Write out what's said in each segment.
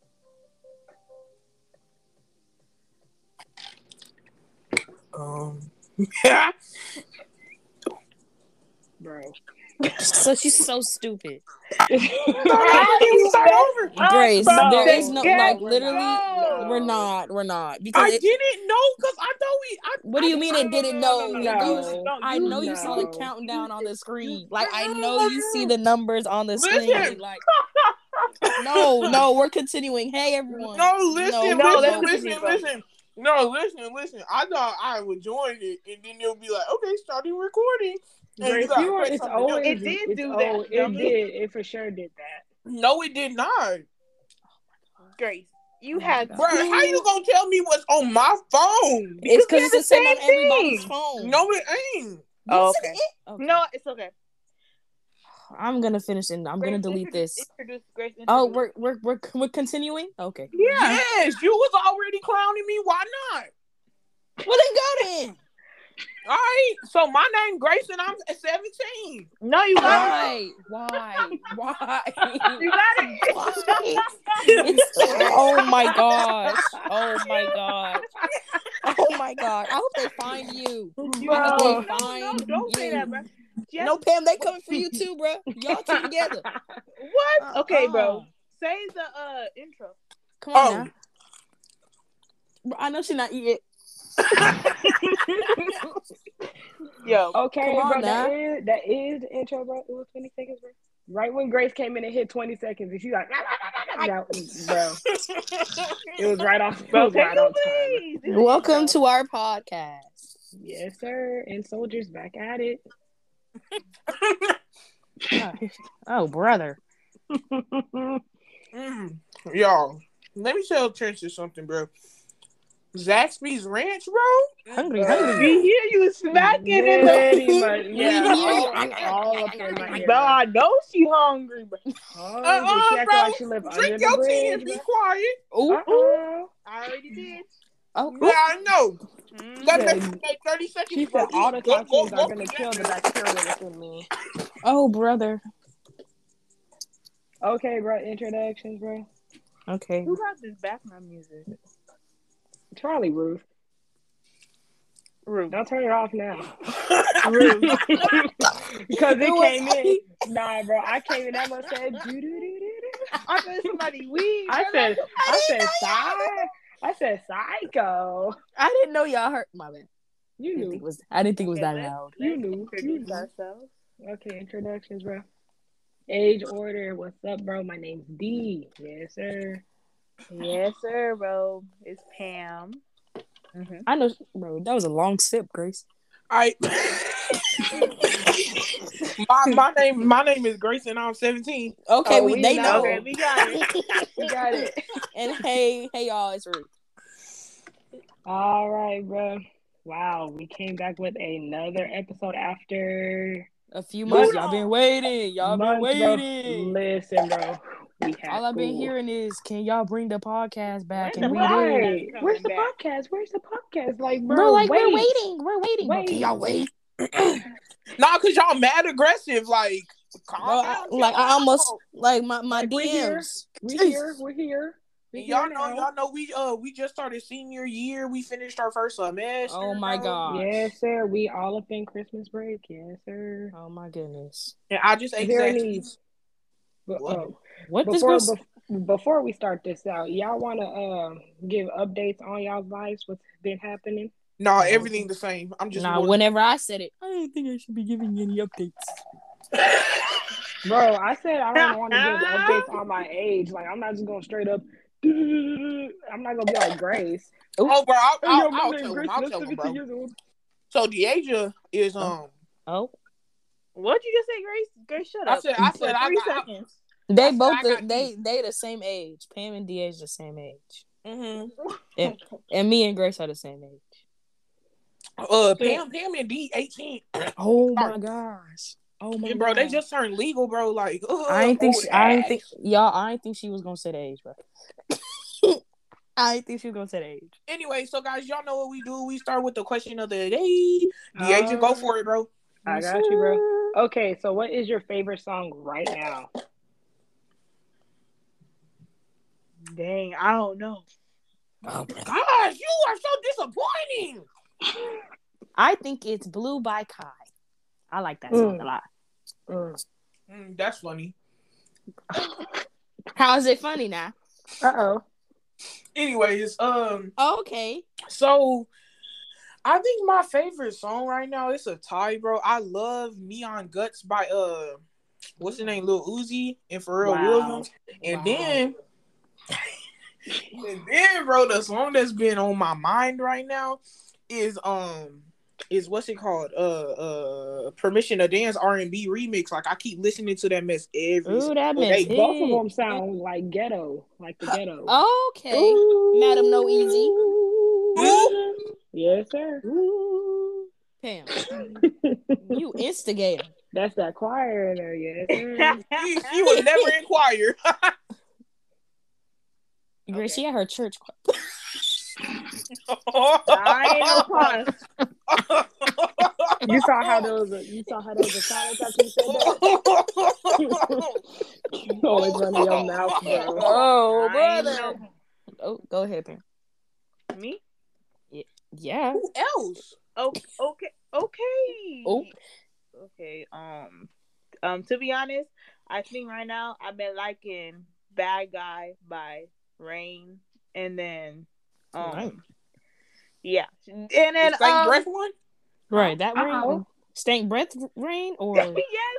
Um, bro. So she's so stupid. over. Grace, bro. there is no Get like go. literally we're not, we're not. I Because it, didn't know because I thought we. I, what do you mean it didn't know? no, Like, no, you- no, I know you saw the no. countdown on the screen. Like I know you see the numbers on the screen. Listen. Like No, no, we're continuing. Hey everyone. No, listen, No, no, listen, that's listen, what you mean, listen. No, listen, listen. I thought I would join it, and then they'll be like, "Okay, starting recording." And Grace, gotta you are, press it's something else. always It did it's do that, al- dummy. It did. It for sure did that. No, it did not, Grace, you Oh my had God. bro. How you gonna tell me what's on my phone? It's because it's the the same on same everybody's thing. phone. No, it ain't. Oh, Yes, it okay. is. Okay. no. It's okay. I'm gonna finish and I'm gonna Grace, delete introduce- this. Introduce Grace. Oh, introduce- we're we're we're we're continuing. Okay. Yes, you was already clowning me. Why not? Well, then go then. All right. So my name Grace, and I'm 17. no, you got Why? Why? Why? it. You got it. It's- oh my gosh! Oh my gosh! Oh my god! I hope they find you. I Bro. hope they No, find no, don't say you. that, bro. Just- No, Pam, they coming for you too, bro. Y'all two together. What? Okay, bro. Uh-uh. Say the uh intro. Come on Oh. now. Bro, I know she not eat it. Yo, Okay, Come on bro. That now. is, that is the intro, bro. It was 20 seconds, bro. Right when Grace came in and hit 20 seconds, and she like, "Ah, ah, ah, ah, ah," no, bro. It was right off. It bro, was can right you on time. please? Welcome to our podcast. Yes, sir. And soldiers back at it. Oh, brother. Mm, y'all, let me tell Trenches something, bro. Zaxby's Ranch, bro. Hungry, We hear you smacking in the. Pretty much, Yeah. yeah. All, all up in my ear. Bro, I know she hungry, but Hungry. Uh-uh, she acting bro. like she live under Drink the your tea and bridge. be quiet. Ooh, Uh-uh. I already did. oh, Yeah, I know. Mm. That Yeah. makes me take 30 seconds. She bro. said all the Go, go, toxins go, are gonna go. kill the bacteria within me. oh, brother. Okay, bro. Introductions, bro. Okay. Who got this background music? Charlie Ruth. Rude. Don't turn it off now. Rude. Because It it was- came in. Nah, bro. I came in. I must said, doo doo doo doo doo. I said somebody weed. I said, I said, psy. I said, psycho. I didn't know y'all heard my man. I You didn't think it knew. was, I didn't think it was that Okay, let's- loud. You let's knew. You introduce knew. ourselves. Okay, introductions, bro. Age order. What's up, bro? My name's D. Yes, sir. Yes, sir, bro. It's Pam. Mm-hmm. I know, bro. That was a long sip, Grace. I my, my name my name is Grace and I'm 17. Okay, Oh, we, we they know. know. Okay, we got it. You got it. And hey, hey, y'all, it's Ruth. All right, bro. Wow, we came back with another episode after A few months, Hold y'all on. been waiting. Y'all been months, bro. waiting. Listen, bro. We had All I've been school. hearing is, can y'all bring the podcast back? Bring And the we pod- did. Right. Coming Where's the back. podcast? Where's the podcast? Like, bro, Bro, like we're wait. waiting. We're waiting. Bro, Wait. Can y'all wait? Nah, cause y'all mad aggressive. Like calm Bro, I, down, like I chill almost out. like my my Like, we're here. DMs. We're here. We're here. We're And y'all here know now. y'all know we uh we just started senior year. We finished our first semester. Oh my bro. god. Yes, sir. We all up in Christmas break. Yes, sir. Oh my goodness. And I just ate Is there Zaxby's. any- But, What? oh, What this before was? bef- before we start this out, y'all want to um give updates on y'all's lives? What's been happening? No, everything the same. I'm just Nah, bored. whenever I said it, I didn't think I should be giving you any updates. Bro, I said I don't want to give updates on my age. Like, I'm not just going to straight up. I'm not going to be like Grace. Oh, bro, I'll, Yo, I'll, my I'll name tell Grace, him. I'll I'm tell him, 17 bro. years old. So DeAsia is um. Oh, What'd you just say, Grace? Grace, shut I up. said I For said I three got. seconds. they said both I got they they the same age. Pam and DH the same age, hmm and me and Grace are the same age. Uh, Pam, Pam, and D eighteen. Oh my gosh. Oh Yeah, bro, they just turned legal, bro. Like, ugh, oh, I ain't think old she, I ain't ass. think y'all. I ain't think she was gonna say the age, bro. I ain't think she was gonna say the age. Anyway, so guys, y'all know what we do. We start with the question of the day. The agent, Uh. go for it, bro. I got you, bro. Okay, so what is your favorite song right now? Dang, I don't know. Oh, bro. Gosh, you are so disappointing. I think it's Blue by Kai. I like that Mm. song a lot. Mm. Mm, that's funny. How is it funny now? Uh oh. Anyways, um, Okay. so I think my favorite song right now it's a tie, bro. I love Neon Guts by uh, what's the name, Lil Uzi and Pharrell Wow. Williams, and Wow. then. And then, bro, the song that's been on my mind right now is um is what's it called? Uh, uh, Permission to Dance R and B remix. Like I keep listening to that mess every. Ooh, that Well, meant they Both of them sound like ghetto, like the ghetto. Uh, Okay. Madam No Easy. Ooh. Yes, sir. Pam, you instigator. That's that choir in there. Yes, sir. Mm, She, she was never in choir. Girl, she at her church. choir. I ain't no pun. you saw how those. You saw how those. Silence after you said that. You Always running your mouth, bro. Oh, I ain't no- Oh, go ahead, Pam. Me? Yeah. Who else? Oh, okay, okay. Oh. Okay. Um, um. To be honest, I think right now I've been liking "Bad Guy" by Rain, and then, um, Right. yeah, and then It's like um, breath one. Right. That rain. Uh-oh. Stank breath rain or yes,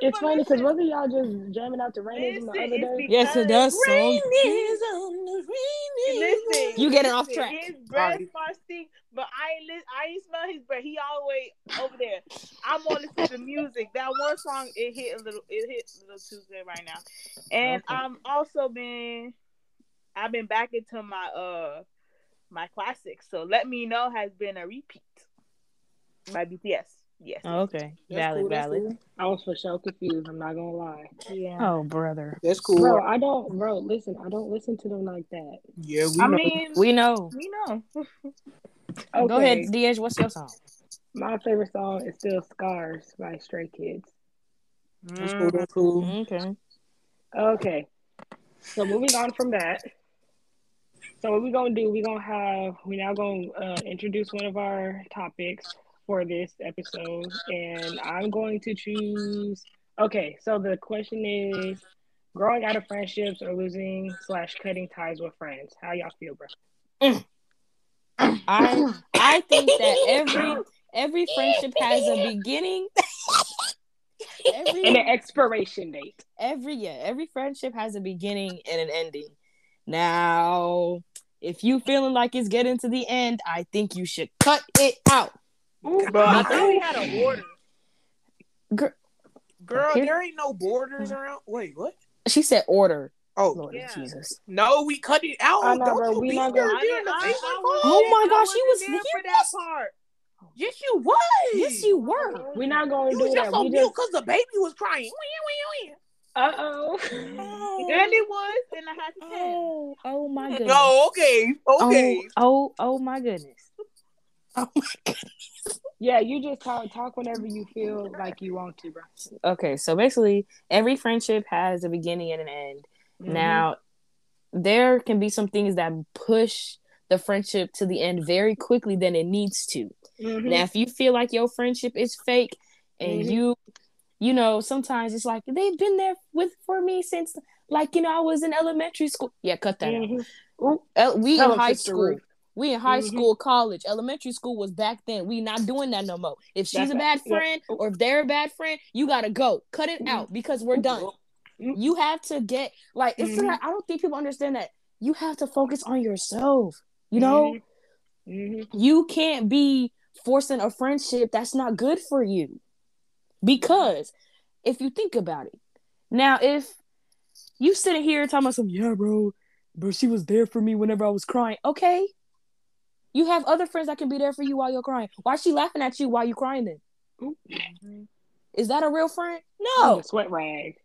It's but funny because listen, wasn't y'all just jamming out to Rainism the Listen, other it's day? Yes, it does. because So Listen, You getting off listen, track. His breath Alright. might stink, but I ain't lis- I ain't smell his breath. He always over there. I'm on listen to the music. That one song it hit a little it hit a little too good right now. And Okay. I'm also been I've been back into my uh my classics. So let me know has been a repeat by BTS. Yes. Oh, okay, That's valid, cool, that's valid. cool. I was for sure confused. I'm not gonna lie, Yeah. Oh, brother, That's cool. bro. I don't, bro. Listen, I don't listen to them like that. Yeah, we I know. mean, we know. we know. Okay. Go ahead, Diaz. What's your song? My favorite song is still "Scars" by Stray Kids. That's cool. Mm. That's cool. Okay. Okay. So moving on from that. So what we're gonna do, we're gonna have we're now gonna uh, introduce one of our topics for this episode. And I'm going to choose okay, so the question is growing out of friendships or losing slash cutting ties with friends. How y'all feel, bro? I I think that every every friendship has a beginning. And Every an expiration date. every yeah, every friendship has a beginning and an ending. Now, if you feeling like it's getting to the end, I think you should cut it out. Bro, I I- thought we had a order. girl, Here- there ain't no borders around. Wait, what? She said order. Oh Lord Yeah. Jesus. no, we cut it out. I know, Don't bro, you we be not there gonna- during the I- I- Facebook I call? Oh my I gosh, she wasn't was there here for that part. Yes, you was. Yes, you were. We're not gonna You do was that. just on We mute just because the baby was crying. Mm. uh oh. And it was, and I had to tell. Oh, oh my goodness. No, okay, okay. Oh, oh, oh my goodness. Oh my goodness. yeah, you just talk talk whenever you feel like you want to, bro. Okay, so basically, every friendship has a beginning and an end. Now, there can be some things that push the friendship to the end very quickly than it needs to. Mm-hmm. Mhm. Now, if you feel like your friendship is fake and Mhm. you, you know, sometimes it's like they've been there with for me since, like, you know, I was in elementary school. Yeah, cut that out. Mhm. El- we Tell in them high Sister school. Ruth. We in high Mhm. school, college, elementary school was back then. We not doing that no more. If she's That's a right. bad Yeah. friend or if they're a bad friend, you gotta go. Cut it Mhm. out because we're done. Mhm. You have to get like it's Mhm. not, I don't think people understand that you have to focus on yourself. You Mm-hmm. know, Mhm. you can't be forcing a friendship that's not good for you. Because if you think about it, now if you sitting here talking about some, yeah, bro, bro, she was there for me whenever I was crying. Okay. You have other friends that can be there for you while you're crying. Why is she laughing at you while you're crying then? Is that a real friend? Oh, No. sweat rag.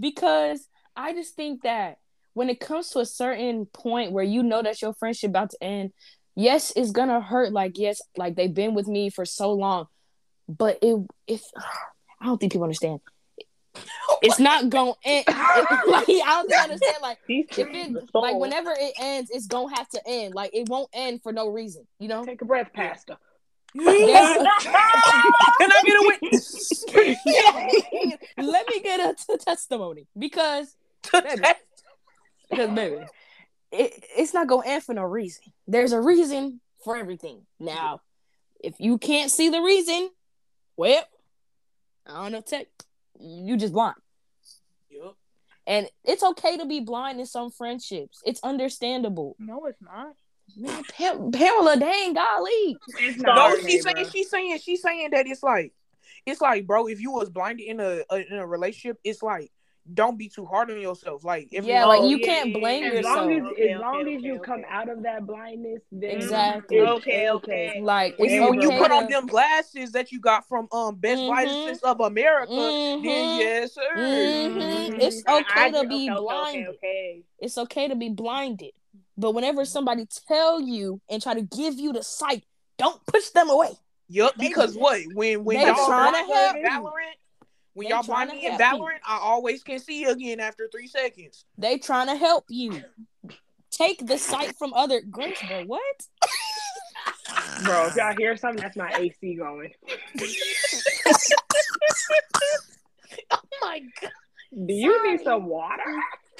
Because I just think that when it comes to a certain point where you know that your friendship about to end, yes, it's gonna hurt. Like, yes, like they've been with me for so long. But it if I don't think people understand. It's not gonna end. like, I don't think they understand like These if it like whenever it ends, it's gonna have to end. Like it won't end for no reason, you know. Take a breath, Pastor. Can I get a witness? Let me get a t- testimony because because baby, it, it's not gonna end for no reason. There's a reason for everything. Now, if you can't see the reason, well, I don't know. Tech, you just blind, Yup. and it's okay to be blind in some friendships. It's understandable. No, it's not. Man, Pam- Pamela, dang golly, It's No, not. Sorry, she's saying neighbor. she's saying she's saying that it's like it's like, bro, if you was blinded in a, a in a relationship, it's like don't be too hard on yourself. Like if yeah, Oh, like you yeah, can't yeah, blame yeah. As yourself. long as Okay, as long okay, as you okay, come okay. out of that blindness, then Exactly. it's Okay, okay. like when it's you, when you okay put on to- them glasses that you got from um Best Mhm. License of America, Mhm. then yes, sir. Mm-hmm. Mhm. It's I- okay I- to be blinded. Okay, it's okay to be blinded but whenever somebody tell you and try to give you the sight don't push them away Yup, They- because what when when they y'all tryna blind help me you. in Valorant, when They y'all blind tryna me in help you. Valorant, I always can see again after three seconds. they trying to help you take the sight from other groups bro what bro. If y'all hear something, that's my AC going. Oh my god! Do you need some water?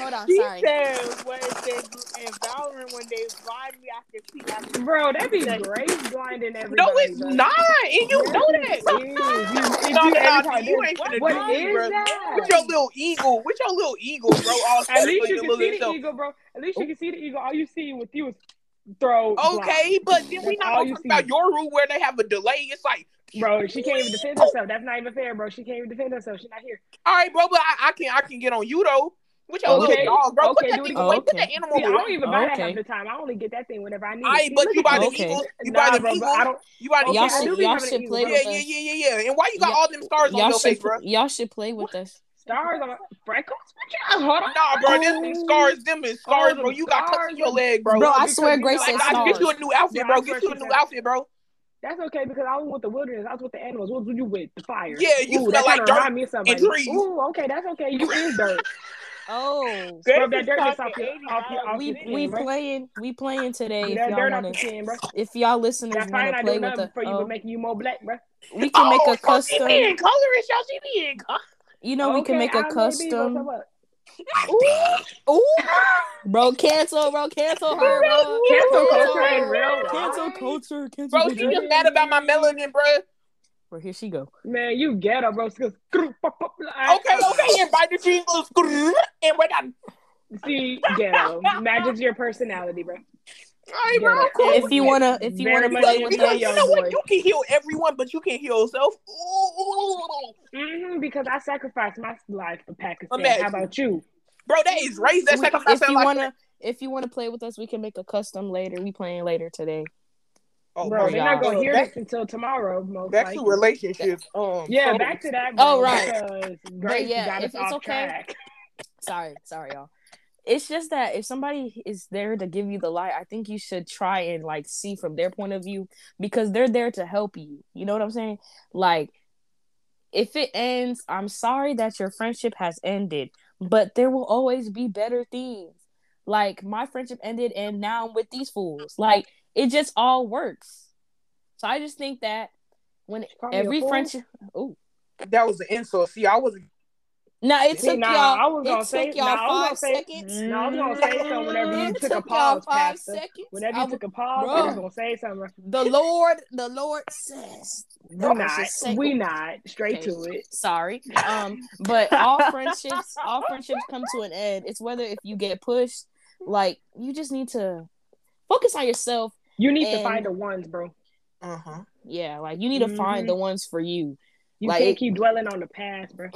hold on She sorry said when they in Valorant when they blind me, I can see. I can Bro, that be grace blinding everybody. No, it's bro. not, and you know that. Yes, it is. You- if No, you- no, every no, time you this- ain't finna What do is it, bro. that? With your little eagle, with your little eagle, bro. All At set least for you your can little see the self. eagle, bro. At Oh. least you can see the eagle. All you see with you is throw. Okay, but then we That's not all gonna you talk see. about your rule where they have a delay. It's like, blind. bro. She can't even defend Oh. herself. That's not even fair, bro. She can't even defend herself. She's not here. all right, bro, but I, I can I can get on you though. With your Okay. little dog, bro. Okay, put that do it thing again. away. Put Okay. that animal See, I don't away. even buy that Okay. half the time. I only get that thing whenever I need. All right, it. but Look you at buy the this. Okay. eagle. You nah, buy the bro, but I eagle. don't. You buy the Okay, y'all I do should be y'all having should an play eagle. eagle. with Yeah, yeah, us yeah, yeah, yeah. And why you got Yeah. all them stars on y'all your face, should bro? y'all should play with us stars on freckles. What you- Hold on. Nah, bro, this is scars. Them is scars, Oh, bro. them You got cuts scars in your and- leg, bro, bro. i because swear you grace know- said Like, I- I stars get you a new outfit, Bro, bro. I Get swear you a she new said- outfit, bro. That's okay because I was with the wilderness. I was with the animals. What was you with? The fire. Yeah, you smell Ooh, that like kinda dirt remind me of somebody. trees. Ooh, okay, that's okay. You is dirt. oh Bro, Grace that is dirt is talking off your, 80 off your, dollars. off we your we skin, bro. playing we playing today if That y'all dirt off want your to skin, bro. if y'all listeners That fire want to not play doing with nothing us for you oh, but making you more black, bro. we can make Oh, a y'all see custom me in colorist. Y'all see me in color. you know we can make a I may be, but so custom what? Ooh, bro, cancel, bro, cancel her, bro. Cancel culture in real life. Cancel culture, cancel Bro, she culture. just mad about my melanin, bro. Bro, here she go. Man, you ghetto, bro. Okay, Okay, okay, invite the jingles. And we're done. See, ghetto matches your personality, bro. All right, Ghetto. bro, I'm cool. If you wanna, if you Very wanna much play in with play, Because you young us, know what? boy. You can heal everyone, but you can't heal yourself. Ooh. hmm because I sacrificed my life for Pakistan. Imagine. How about you? Bro, that is raised. That's we- like if you wanna, if you wanna play with us, we can make a custom later. We playing later today. Oh, bro, my they're not God. going to hear back, this until tomorrow, most back to likely. relationships. Um, Yeah, so- back to that. Oh, right. Because Grace yeah, got if us it's off okay. track. Sorry, sorry, y'all. It's just that if somebody is there to give you the light, I think you should try and like see from their point of view because they're there to help you. You know what I'm saying? Like, if it ends, I'm sorry that your friendship has ended, but there will always be better things. Like, my friendship ended and now I'm with these fools. Like, it just all works. So I just think that when Call me a every fool? friendship, oh, That was an insult. See, I wasn't. now it took nah, I y'all, was gonna it say, took y'all nah, I five was gonna say, seconds. No, I was gonna say something whenever you It took a Mm, took y'all pause, five Pastor. seconds. Whenever I you took took a pause, Bruh. I was gonna say something. the Lord, the Lord says, We I was not, just saying- we not straight Okay. to it. sorry um but all friendships all friendships come to an end it's whether if you get pushed like you just need to focus on yourself You need to And- find the ones, bro. Uh huh. yeah like you need to find Mm-hmm. Mhm. the ones for you You Like- can't keep dwelling on the past, bro.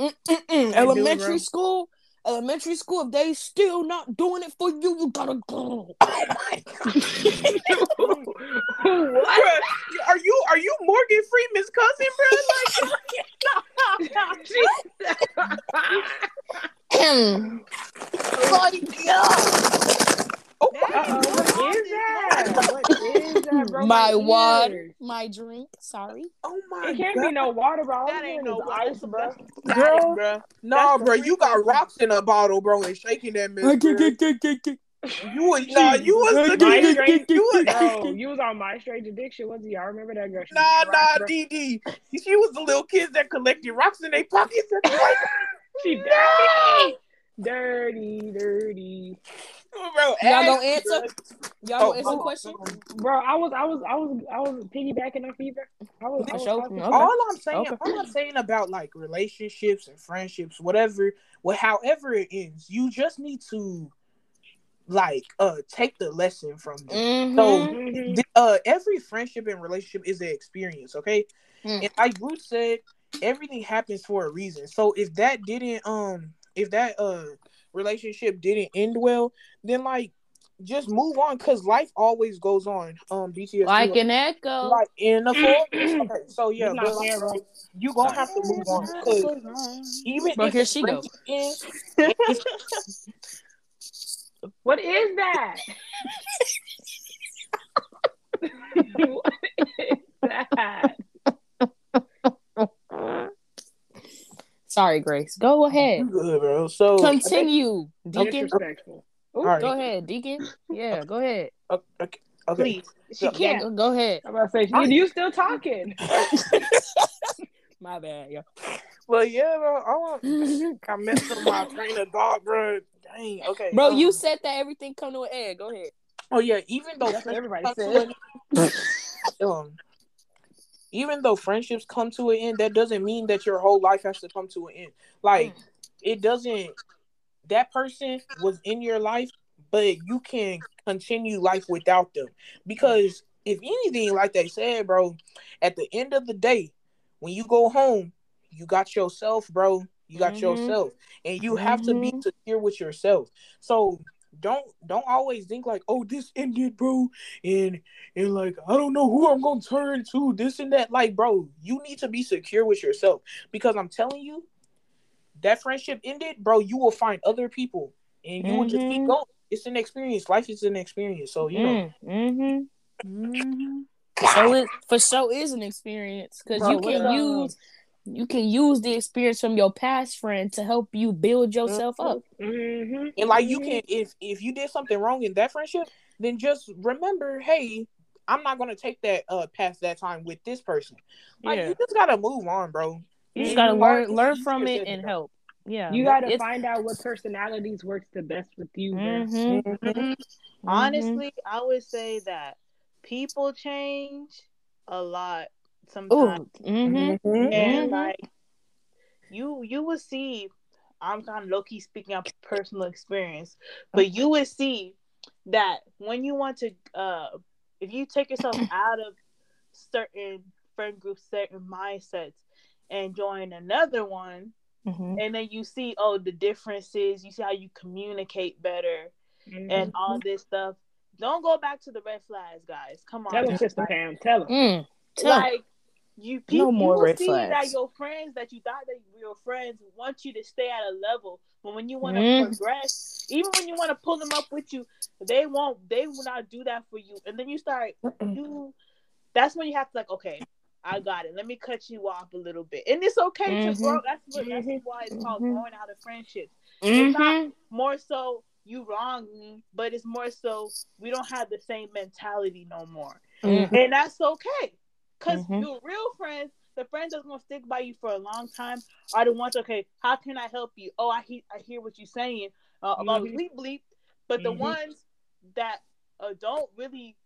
elementary bro. school elementary school if they still not doing it for you you gotta go Oh my God. what? Bruh, are you are you Morgan Freeman's cousin, bro? Like, like, yeah. Oh, Uh-oh, what is that? What is that, bro? My water. water. my drink sorry oh my It can't God. be no water, bro. All I'm That ain't hearing no is water. ice, bro. Girl, Bro, No, That's bro, the you got freaking- rocks in a bottle, bro, and shaking that mess. bruh. You was nah, you was the My dude. straight, You was bro, you was on my straight addiction, wasn't you? I remember that girl. She was nah, rock- nah, DD. She was the little kids that collected rocks in their pockets. She dirty, dirty, dirty. Bro, Y'all ass- gonna answer? Y'all Oh, gonna answer the oh, question? Bro, I was, I was, I was, I was piggybacking on fever. I was, I was Sure. talking- Okay. All I'm saying, Okay. all I'm saying about like relationships and friendships, whatever, well, however it ends, you just need to like uh take the lesson from them. Mhm. Mhm. Th- uh every friendship and relationship is an experience okay Mm. and like ruth said everything happens for a reason so if that didn't um if that uh relationship didn't end well then like just move on because life always goes on um bts Like an echo. like in the forest. okay, so yeah It's not but fair, like, bro. you gonna have to move on 'cause even Bro, if here she go. ends, What is that? what is that? Sorry, Grace. Go you ahead. good, bro so Continue, Deacon. Disrespectful. Ooh, All right. Go ahead, Deacon. Yeah, go ahead. okay, okay, okay. Please. She Yeah, can't. go, go ahead. I'm about to say, I- she, you still talking? My bad, yo. but yeah bro i want I messed up my train of thought, bro. Dang. Okay, Bro, um, you said that everything come to an end. Go ahead. Oh yeah. Even though That's what everybody friendships come to an- um, even though friendships come to an end, that doesn't mean that your whole life has to come to an end. Like it doesn't. That person was in your life, but you can continue life without them because if anything, like they said, bro, at the end of the day, when you go home, you got yourself, bro. You got Mhm. yourself, and you have to be secure with yourself. So don't don't always think like, oh, this ended, bro, and and like I don't know who I'm gonna turn to, this and that. Like, bro, you need to be secure with yourself because I'm telling you, that friendship ended, bro. You will find other people, and you will just keep Mhm. going. It's an experience. Life is an experience. So you know, Mm-hmm. So it for sure is an experience because Bro, you what can about- use you can use the experience from your past friend to help you build yourself up. Mm-hmm. And like you can if if you did something wrong in that friendship, then just remember, hey, I'm not gonna take that uh past that time with this person. Like Yeah. you just gotta move on, bro. You just Mhm. gotta It's learn hard- learn it's from easier it said and than help. Yeah, You got to Mm-hmm. it's- find out what personalities works the best with you. bro. Mhm, done. mhm, Honestly, I would say that people change a lot sometimes, Ooh, mhm, Mm-hmm. Mhm. and mhm. like you, you will see. I'm kind of low key speaking on personal experience, but you would see that when you want to, uh, if you take yourself out of certain friend groups, certain mindsets, and join another one, mhm. and then you see oh the differences you see how you communicate better and Mm-hmm. all this stuff don't go back to the red flags guys come on Tell them, Sister like, Pam. Tell them. Mm, tell- like you people more you will red see that flags. your friends that you thought that were your friends want you to stay at a level but when you want to Mm. progress even when you want to pull them up with you they won't they will not do that for you and then you start you that's when you have to like okay I got it. Let me cut you off a little bit, and it's okay to Mhm. grow. That's what that's why it's called Mhm. growing out of friendships. Mhm. More so, you wrong me, but it's more so we don't have the same mentality no more, Mm. and that's okay. Cause Mhm. your real friends, the friends that's gonna stick by you for a long time, are the ones. Okay, how can I help you? Oh, I hear I hear what you're saying uh, about Mhm. bleep bleep, but the Mhm. ones that uh, don't really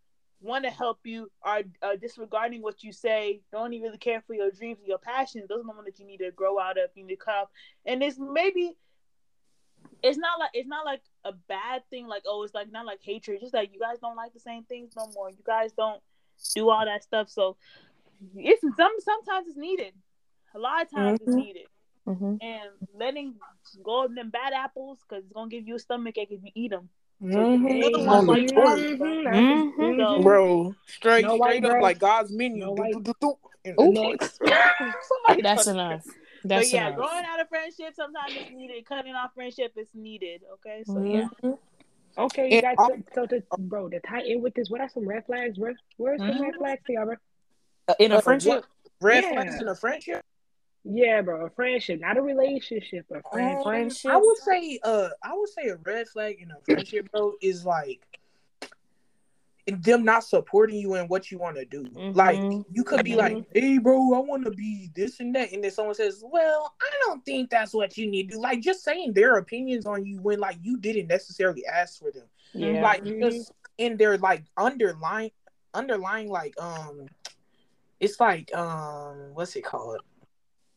want to help you are uh, disregarding what you say, don't even really care for your dreams, your passions. Those are the ones that you need to grow out of, you need to cut off. And it's maybe it's not like it's not like a bad thing. Like oh, it's like not like hatred. It's just like you guys don't like the same things no more. You guys don't do all that stuff. So it's some sometimes it's needed. A lot of times it's Mhm. needed Mm-hmm. Mhm. and letting go of them bad apples because it's gonna give you a stomach ache if you eat them. Mhm. Mhm. On the Mhm. court, Mhm. Mhm. Mm-hmm. Mhm. Bro, straight No white straight up bread. like God's menu. No Do- white- do- do- do. And- Ooh. Next. Somebody That's fucking- enough. But That's yeah, enough. growing out of friendship sometimes it's needed. Cutting off friendship is needed. Okay, so Mhm. yeah. Okay, you And guys. So, so to, bro, to tie in with this, what are some red flags, bro? Where's some Mhm. red flags, to y'all, bro? In Uh, a friendship, what- Red Yeah. flags in a friendship. Yeah, bro, a friendship, not a relationship, a friend. Um, friendship. I would say uh I would say a red flag in a friendship bro is like them not supporting you in what you want to do. Like Mhm. you could be like, "Hey bro, I want to be this and that." And then someone says, "Well, I don't think that's what you need to do." Like just saying their opinions on you when like you didn't necessarily ask for them. Yeah. Like Mm-hmm. Mhm. just in their like underlying underlying like um it's like um what's it called?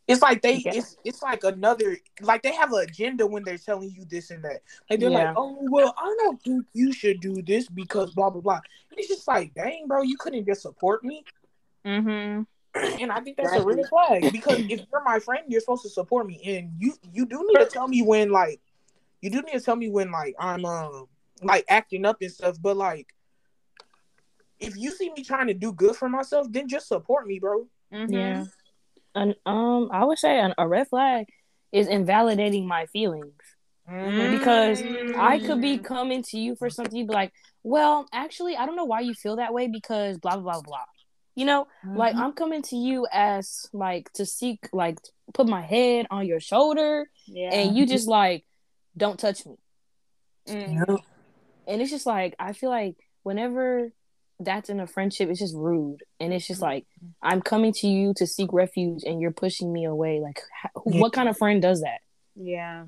It's like they Yeah. it's it's like another like they have an agenda when they're telling you this and that. Like they're Yeah. like, oh well, I don't think you should do this because blah blah blah. And it's just like, dang, bro, you couldn't just support me. Mm-hmm. And I think that's a red flag because if you're my friend, you're supposed to support me, and you you do need to tell me when like you do need to tell me when like I'm um like acting up and stuff. But like if you see me trying to do good for myself, then just support me, bro. Mm-hmm. Yeah. An, um, I would say an, a red flag is invalidating my feelings Mm-hmm. because I could be Mm. coming to you for something. You'd be like, "Well, actually, I don't know why you feel that way because blah blah blah blah." You know, like Mm-hmm. I'm coming to you as like to seek, like put my head on your shoulder, yeah. and you just like don't touch me. Mm. and it's just like I feel like whenever that's in a friendship, it's just rude, and it's just like I'm coming to you to seek refuge, and you're pushing me away. Like, h- who, Yeah. what kind of friend does that? Yeah.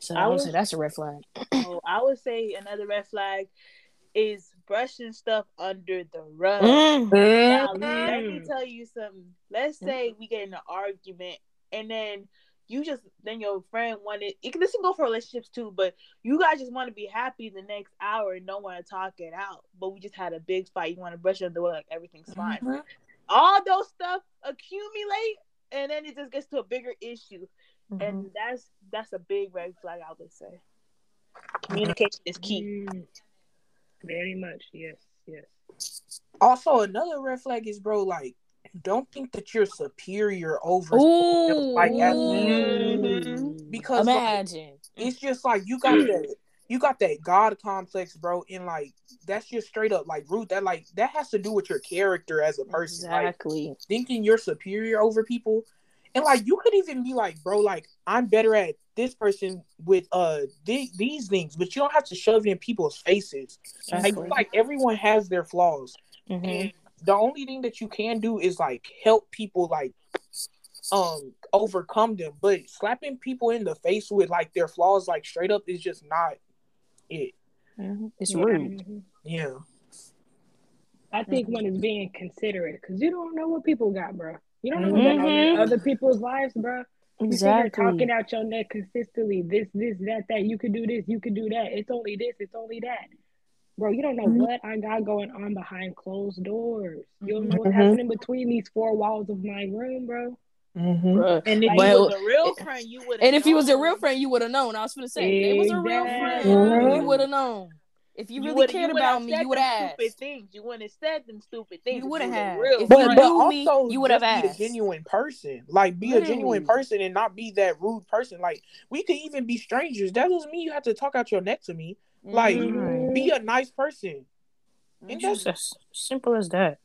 So I I would was- say that's a red flag. So I would say another red flag is brushing stuff under the rug. Mm. Now, let me Mhm. tell you something. Let's say we get in an argument, and then you just then your friend wanted. It can this can go for relationships too, but you guys just want to be happy the next hour and don't want to talk it out. But we just had a big fight. You want to brush it under the rug, like everything's fine. Mm-hmm. All those stuff accumulate, and then it just gets to a bigger issue, and that's that's a big red flag. I would say communication is key. Mm. Very much, yes, yes. Also, another red flag is, bro, like don't think that you're superior over Ooh, Like, as- Mm-hmm. Ooh. because like, imagine. it's just like you got that you got that god complex, bro, and like that's just straight up like rude. That like that has to do with your character as a person. Like Exactly. thinking you're superior over people. And like you could even be like, bro, like I'm better at this person with uh thi- these things, but you don't have to shove it in people's faces. Like, Exactly. like everyone has their flaws. Mhm. And the only thing that you can do is like help people like um overcome them. But slapping people in the face with like their flaws like straight up is just not it. Mhm. It's Yeah. rude. Mhm. Yeah. I think one is being considerate because you don't know what people got, bro. You don't know what's going on in Mhm. other people's lives, bro. You sit here Exactly. talking out your neck consistently. This, this, that, that. You could do this. You could do that. It's only this. It's only that. Bro, you don't know Mhm. what I got going on behind closed doors. You don't know what's Mhm. Mm-hmm. happening between these four walls of my room, bro. Mm-hmm. Bruh. And if you Well, was a real friend, you would. And if he was a real friend, you would have known. I was gonna say, if it was a real friend, Exactly. you would have known. If you really would've- cared would've about me, said you would them have Stupid things. You wouldn't have said them stupid things. You if wouldn't was a have. Real If friend. you But, but knew me, also, you would have just asked. Be a genuine person, like be a Literally. genuine person and not be that rude person. Like we could even be strangers. That doesn't mean you have to talk out your neck to me. Like Right. be a nice person. And It's that's as simple as that.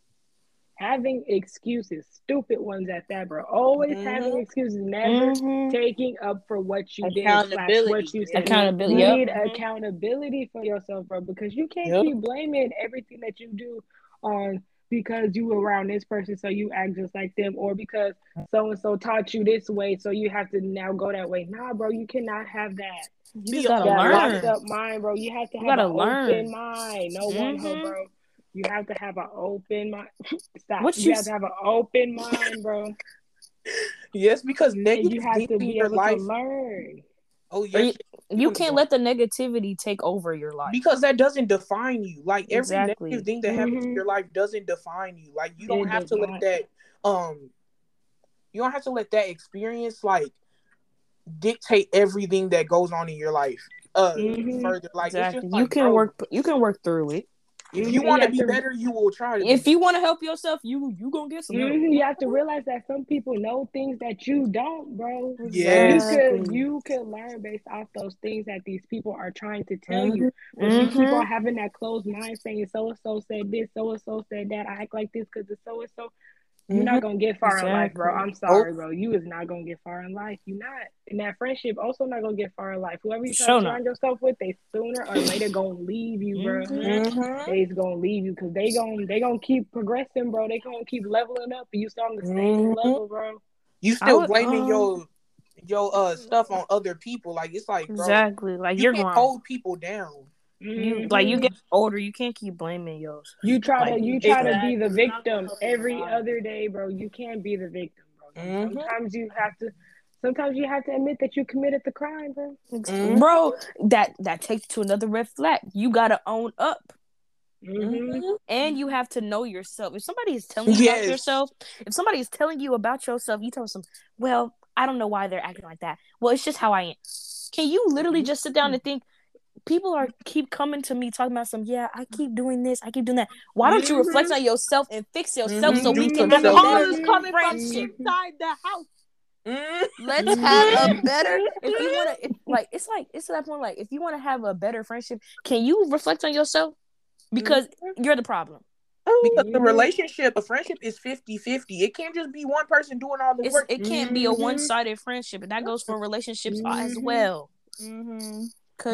Having excuses, stupid ones at that, bro. Always having Mm-hmm. Mhm. excuses, never Mhm. taking up for what you did, slash Accountability. what you said. Accountability. You Yep. need accountability for yourself, bro, because you can't Yep. keep blaming everything that you do on because you were around this person, so you act just like them, or because so and so taught you this way, so you have to now go that way. Nah, bro, you cannot have that. You Be just a- gotta That locked learn. up mind, bro. You have to You have gotta an learn. open mind. No one, ho, Mhm. bro. You have to have an open mind. Stop. What you you have s- to have an open mind, bro. yes, because And you negative have things to in be your able life. to learn. Oh Or you, yes, you can't let the negativity take over your life. because that doesn't define you. Like every Exactly. negative thing that happens in Mhm. your life doesn't define you. Like you don't It have does to not. let that um you don't have to let that experience like dictate everything that goes on in your life. Uh Mhm. further. Like it's exactly. just like, you can bro, work. You can work through it. if you Mhm. want to You have be to- better, you will try to be If you want to help yourself, you you gonna get some help. Mhm, You have to realize that some people know things that you don't, bro. You Yes. could you could learn based off those things that these people are trying to tell you. But you keep Mhm. on having that closed mind saying so and so said this, so and so said that. I act like this because it's so and so. You're not gonna get far in life, bro. Exactly. I'm sorry, bro. You is not gonna get far in life. You not. And that friendship also not gonna get far in life. Whoever you try Sure to not. surround yourself with, they sooner or later gonna leave you, bro. Mhm. Mm-hmm. They's gonna leave you because they gonna they gonna keep progressing, bro. They gonna keep leveling up, and you still on the same Mhm. level, bro. You I still would, blaming um, your your uh stuff on other people. Like it's like bro, Exactly. Like you you are can't going hold people down. you like you Mhm. get older, you can't keep blaming yours. you try like, to you try to exactly. be the It's not gonna victim help you every out. other day, bro. You can't be the victim, bro. Mhm. Mm-hmm. Sometimes you have to. Sometimes you have to admit that you committed the crime, bro. Mhm. Bro, that that takes you to another red flag. You gotta own up. Mm-hmm. Mhm. And you have to know yourself. If somebody is telling you Yes. about yourself, if somebody is telling you about yourself, you tell them, well, I don't know why they're acting like that. Well, it's just how I am. Can you literally just sit down and think, people are keep coming to me talking about some, yeah, I keep doing this, I keep doing that. Why don't you reflect on yourself and fix yourself Mm-hmm. so we Mhm. can The have The a call better is coming friendship? from inside the house. Mhm. Let's have a better. If you want to, like, it's like it's to that point. Like, if you want to have a better friendship, can you reflect on yourself? Because you're the problem. Because the Mhm. relationship, a friendship is 50 50. It can't just be one person doing all the It's, work. it can't be a Mhm. one sided friendship, and that goes for relationships as Mhm. well. Mm-hmm. Cause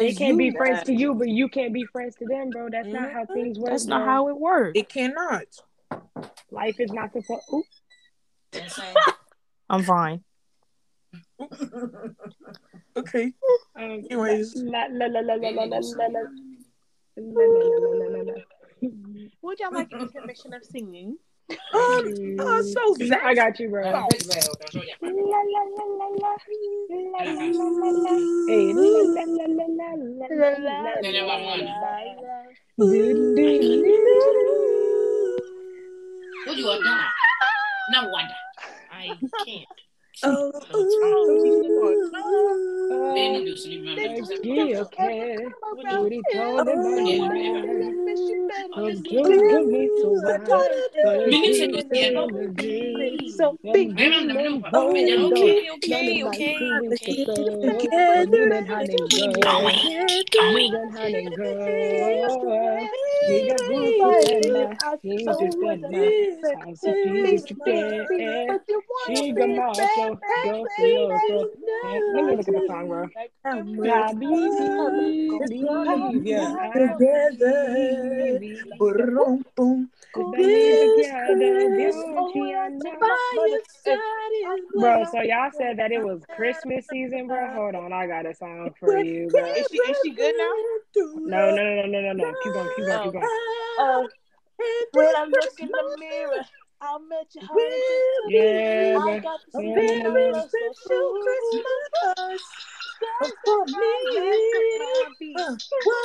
They can't you- be friends to you, but you can't be friends to them, bro. That's not how Mhm. things work. Mm-hmm. That's not bro. how it works. It cannot. life is not supposed. Oop. I'm fine. Okay. Um, Anyways. la- la- la- la- la- la- la- la- la- la- la- la- la- la- Would y'all like an intermission of singing? Um, uh, so la. I got you, bro. Oh. La la la la la la la la la la. Hey, la la la la la la la la la la. Do, do, do, do. What you are doing? No wonder. I can't. Oh, Uh, Then you do sleep on me. okay, okay. Booty Oh, told him I Yeah. lied. Don't Don't joke with me so hard, but I Minutes keep ago, yeah. telling you, So I'm big. feeling Remember, remember. bold, Okay, though. okay, Feeling okay, like okay. two weeks okay. ago. Together, You done had it, girl. Going, You going. done had it, girl. Diga justo tema, justo tema, causa justo eh, tema. Diga macho, yo filoso. eh, Let me look at the song, bro. I believe, Yeah. I Together. believe. Boom, boom. Bro, so y'all said that it was Christmas season, bro. Hold on, I got a song for you, bro. Is she is she good now? No, no, no, no, no, no. Keep going, keep going, keep going. Oh, when I look in the mirror, I met you, honey. Yeah, I bro. got A this Yeah. very special Christmas. For me. Uh, whoa.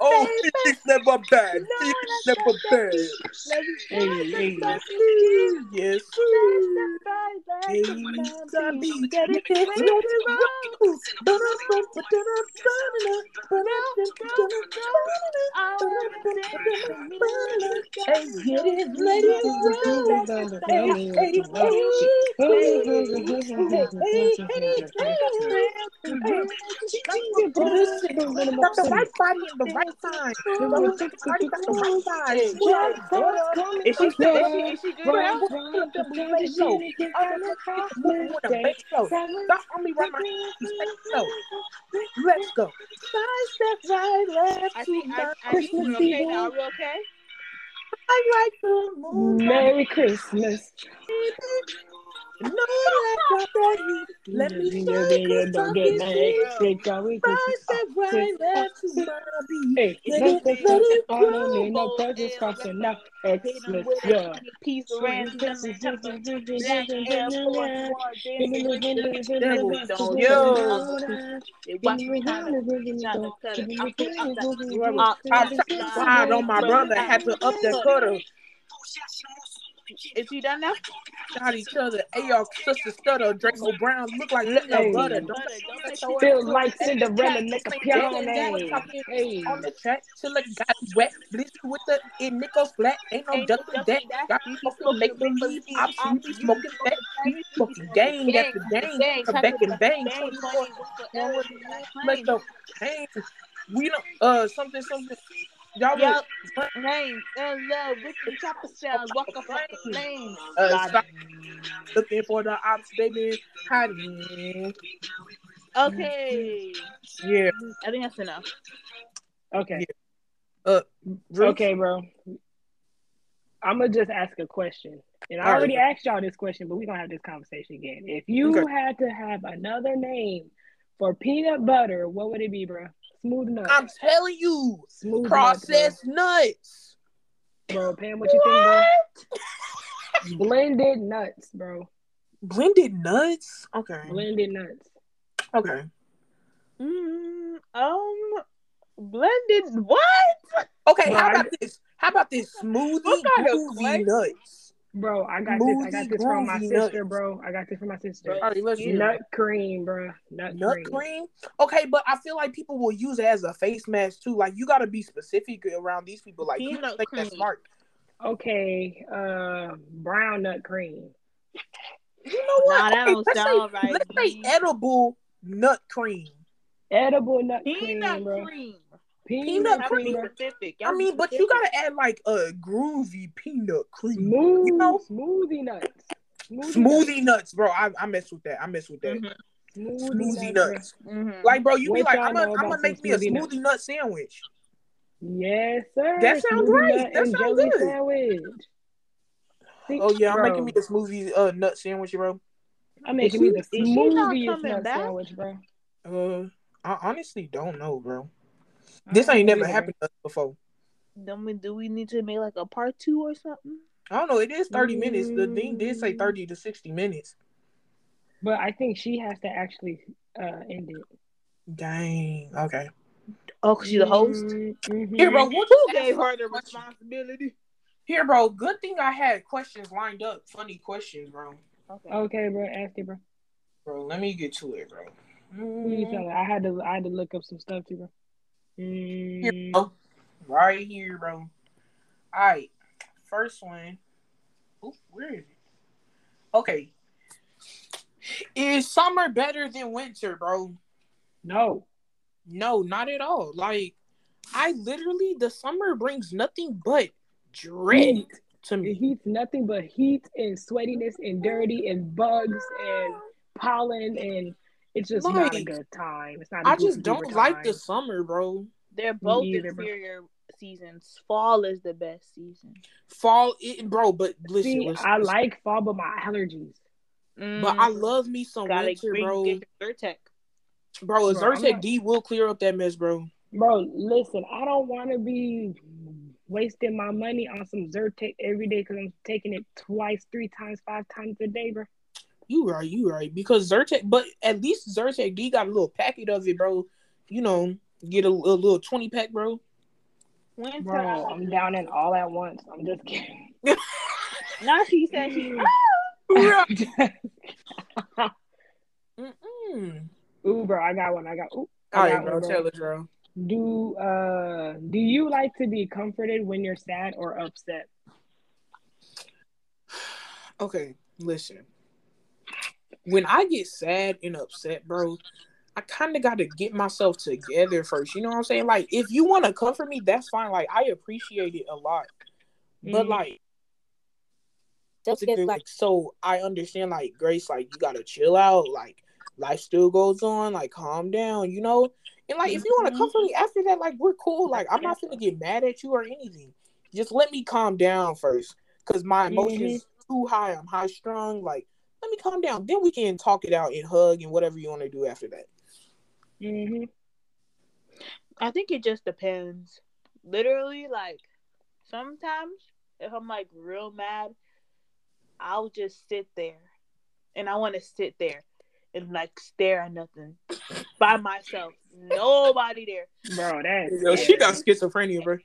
Oh, it's never bad. It's never bad. Hey, hey. Yes. Got the right body at the right time. You know, the right at the right time. Is she, is she, is she good now? Let's go. I think I, I think we're okay now. Are we okay? I like the moon. Merry Christmas. No, that's not right. Let me You know, shine, they cause don't I'm get my busy. ex, they got me Mm. Right, Christmas. that's right, that's my beat. Hey, Let no it- presents let it I don't need no presents from Santa. Hit 'em Xmas, with a yeah. tiny piece of random September. Black Air Force One, dancing with the They watch me kind of not the cutter. I'm so I'm like, Brother, I was trying to slide on my brother, I had to up the cutter, is he done now? shot each other. Hey, y'all, sister stutter, Draco Brown, look like little Hey. butter. Don't Butter, don't let your Feel like Cinderella, make a Down down piano. top in- Hey, on the track till it got wet. Blitz with the it nickel flat. Ain't no Ain't no ducking that. ducking that. Got You people smoking make them big leave. leaves. Option Option, you you smoking smoking back. back. You You smoking smoking gang gang after after gang. gang. Come back and bang. Bang, 24 20 with the and L with to the let claim. the pain. We don't uh something something. Y'all Yup. Names and love with the chopper sound. Walk up on the flames. Uh, Got it. stop looking for the ops they've been hiding. Okay. Yeah. I think that's enough. Okay. Drew? Okay, bro. I'm gonna just ask a question, and I All right. already asked y'all this question, but we're gonna have this conversation again. If you Okay. had to have another name for peanut butter, what would it be, bro? Smooth nuts. I'm telling you, Smooth processed nuts. nuts, bro. bro. Pam, what you think, bro? Blended nuts, bro. Blended nuts. Okay. Blended nuts. Okay. Mm, um, blended. What? Okay. How Right. about this? How about this smoothie What kind of groovy place? nuts? Bro, I got this. I got Smoothie this from my groovy sister, nuts. bro. I got this from my sister. All right, let's Nut cream, bro. Nut, Nut cream. cream. Okay, but I feel like people will use it as a face mask too. Like you got to be specific around these people. Like you Peanut think that's cream. smart. Okay, uh, brown nut cream. You know what? Nah, that Okay, don't let's, say, sound right, let's say G. edible nut cream. Edible nut cream, Peanut bro. cream. Peanut Peanut cream, cream. bro. Specific. I Y'all mean, be but you specific. gotta add like a groovy peanut cream. Smooth, You know- smoothie nuts. Smoothie, Smoothie nuts, bro. I, I mess with that. I mess with that. Mm-hmm. Mhm. nuts. Smoothie, Smoothie nuts. nuts. Mhm. Like, bro, you be What like, y'all I'm gonna know I'm about gonna make some me a smoothie nuts? smoothie nut sandwich. bro. Yes, sir. That sound great. nut That and sound jelly good. sandwich. See, Oh yeah, I'm bro, making me a smoothie uh, nut sandwich, bro. I'm making me the Is she not smoothiest coming nut back? sandwich, bro. Uh, I honestly don't know, bro. This ain't I don't never know either. happened to us before. Then we, do we need to make like a part two or something? I don't know. It is 30 minutes. The thing did say Mm. 30 to 60 minutes. But I think she has to actually uh, end it. Dang. Okay. Oh, cause she's a host. Mhm. Here, bro. What Who you gave her the question. responsibility? Here, bro. Good thing I had questions lined up. Funny questions, bro. Okay. Oh, Okay, bro. Ask it, bro. Bro, let me get to it, bro. Mm, Who Mm-hmm. you telling? I had to. I had to look up some stuff too, bro. Here, Mm, bro. Right here, bro. All right. First one. Oop, where is it? Okay. Is summer better than winter, bro? no. No, not at all. Like, I literally, the summer brings nothing but dread to It me. heats nothing but heat and sweatiness and dirty and bugs and pollen and it's just not a Like, good time. It's not. I I just don't like the summer, bro. They're both either, bro. inferior seasons. Fall is the best season. Fall, it, bro, but listen, See, listen, I listen. like fall, but my allergies. But I love me some Mm, gotta winter, bring- bro. get your Zyrtec. Bro, a Bro, I'm Zyrtec not- D will clear up that mess, bro. Bro, listen, I don't want to be wasting my money on some Zyrtec every day because I'm taking it twice, three times, five times a day, bro. You right, you right. Because Zyrtec, but at least Zyrtec D got a little packet of it, bro. You know, get a, a little twenty pack, bro. Winter. Bro, I'm down and all at once. I'm just kidding. Now she said Mm. she. Mm-mm. Ooh, bro, I got one. I got. Ooh, I All right, got bro. one, Tell it, bro. Do uh do you like to be comforted when you're sad or upset? Okay, listen. When I get sad and upset, bro, I kind of got to get myself together first. You know what I'm saying? Like, if you want to comfort me, that's fine. Like, I appreciate it a lot. But Mhm. like, Don't forget, like, like, so I understand. Like, Grace, like, you gotta chill out. Like, life still goes on. Like, calm down. You know. And like, if you want to comfort me after that, like, we're cool. Like, I'm not gonna get mad at you or anything. Just let me calm down first, cause my emotions too high. I'm high strung. Like, let me calm down. Then we can talk it out and hug and whatever you want to do after that. Mm-hmm. I think it just depends. Literally, like sometimes if I'm like real mad, I'll just sit there, and I want to sit there and like stare at nothing by myself. Nobody there. Bro, that's Yo, she got schizophrenia, bro. You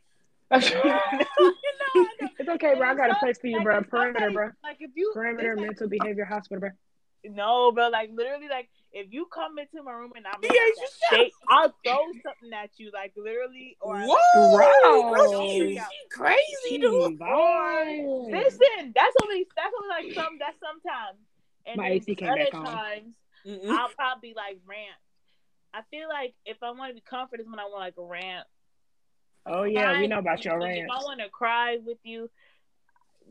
know, I know. it's okay, bro. I got a place for you, Like, bro. if Perimeter, somebody- bro. Like if you Perimeter it's like- mental behavior hospital, bro. No, bro. Like literally, like if you come into my room and I'm Yeah, like, you that, shut they- I'll throw something at you, like literally, or I, like, Whoa, Bro. bro, she, she crazy, dude. Jeez, boy. listen. That's only that's only like some that's sometimes, and My then AC came other back on. times Mm-mm. I'll probably like rant. I feel like if I want to be comforted, is when I want like rant Oh yeah, we know about your If rants. I want to cry with you,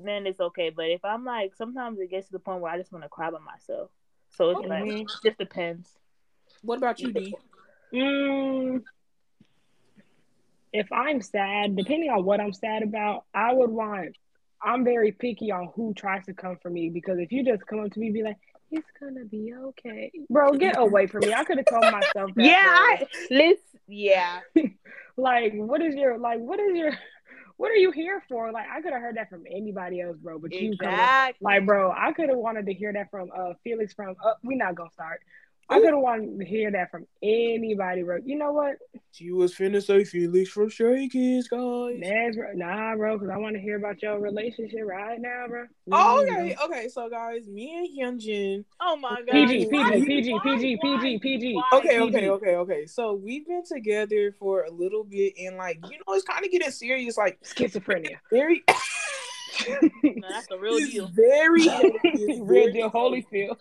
then it's okay. But if I'm like, sometimes it gets to the point where I just want to cry by myself. So it's like, Mhm. it just depends. What about you, D? Mm, if I'm sad, depending on what I'm sad about, I would want. I'm very picky on who tries to come for me because if you just come up to me, and be like, "It's gonna be okay, bro. Get away from me." I could have told myself that. Yeah, bro. I, listen, yeah. like what is your like what is your what are you here for? Like I could have heard that from anybody else, bro. But you come up- Exactly. like, bro, I could have wanted to hear that from uh Felix from. Uh, we not gonna start. I could have wanted to hear that from anybody, bro. You know what? She was finna say Felix from Stray Kids, guys. That's bro. Nah, bro, because I want to hear about your relationship right now, bro. Oh, okay, okay. So, guys, me and Hyunjin. oh my god. PG, Why- PG, PG, PG, why- PG, PG. why- Okay, PG. okay, okay, okay. So we've been together for a little bit, and like you know, it's kind of getting serious. Like Schizophrenia. very, No, that's a real it's deal. very, it's Real very- deal, Holyfield.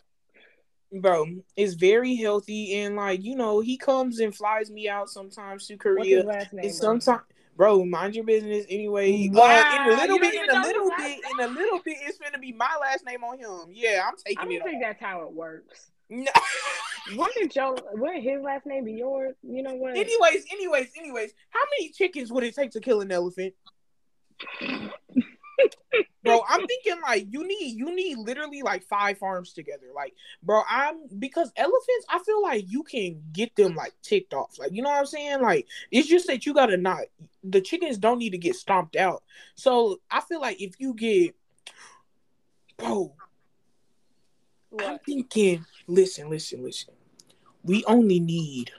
bro. It's very healthy, and like you know, he comes and flies me out sometimes to What's his Korea. last name? It's bro? sometimes, bro. Mind your business, anyway. Wow, Uh, in a little you don't bit, in even a know little his last bit, in a little bit, it's gonna be my last name on him. Yeah, I'm I taking don't it. think Off. that's how it works. No. Wouldn't your wouldn't his last name be yours? You know what? anyways, anyways, anyways, how many chickens would it take to kill an elephant? bro, I'm thinking like you need you need literally like five farms together. Like, bro, I'm because elephants, I feel like you can get them like ticked off. Like, you know what I'm saying? Like, it's just that you gotta not the chickens don't need to get stomped out. So I feel like if you get bro, I'm thinking, listen, listen, listen. We only need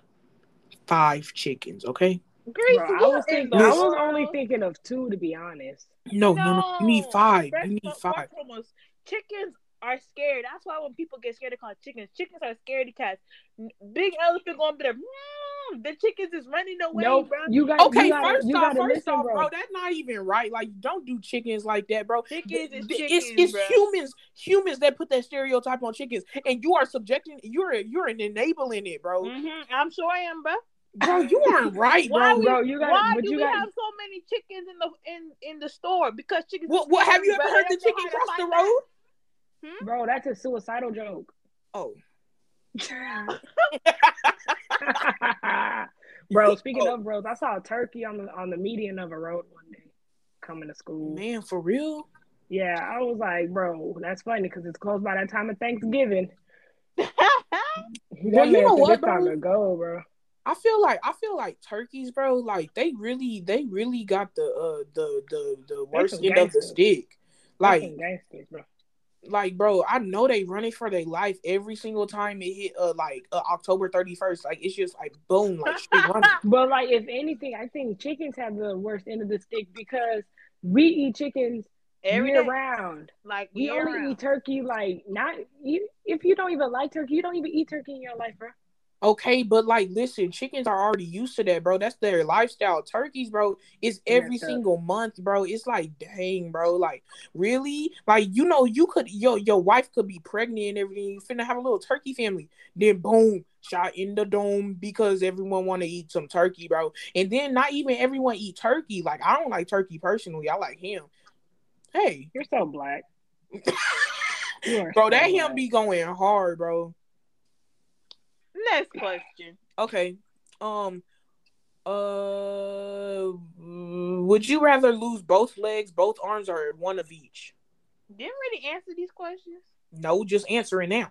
five chickens, okay? Grace, Bro, I what was in thinking, the I world? was only thinking of two to be honest. No, no, no. You need five. First You need of all, five. foremost, chickens are scared. That's why when people get scared, they call chickens. Chickens are scaredy cats. N- Big elephant going there. "Mm," The chickens is running away, Nope, bro. you got Okay, You gotta, first you off, gotta first listen, off, bro. bro. that's not even right. Like, don't do chickens like that, bro. Chickens is Th- chickens, it's it's bro. humans, humans that put that stereotype on chickens, and you are subjecting, you're you're an enabling it, bro. Mhm, I'm sure I am, bro. Bro, you aren't right, Why bro. we- Bro, you got. Why but do you we got. have so many chickens in the in in the store? Because chickens. What, what have you Bro, ever heard they the don't know chicken how to cross the fight road? back. Bro, that's a suicidal joke. Oh, bro, speaking Oh. of bros, I saw a turkey on the on the median of a road one day coming to school. Oh, man, for real? Yeah, I was like, bro, that's funny because it's close by that time of Thanksgiving. Well, That you man know said what, it's time bro? to go, bro. I feel like I feel like turkeys, bro. Like they really, they really got the uh the the the worst some end of the gangsters. stick. Like Fucking gangsters, bro. like bro i know they running for their life every single time it hit uh like uh, october 31st like it's just like boom like shit running But like, if anything, I think chickens have the worst end of the stick because we eat chickens Every year day, round. like We year only round. eat turkey like not you, if you don't even like turkey, you don't even eat turkey in your life, bro. okay but like listen chickens are already used to that bro that's their lifestyle turkeys bro it's every Messed up. single month bro it's like dang bro like really like you know you could your your wife could be pregnant and everything you finna have a little turkey family then boom shot in the dome because everyone want to eat some turkey bro and then not even everyone eat turkey like i don't like turkey personally i like ham hey You're so black. You are Bro, so that him black. be going hard, bro. Next question. Okay. Um uh would you rather lose both legs, both arms, or one of each? Didn't really answer these questions. No, just answering now.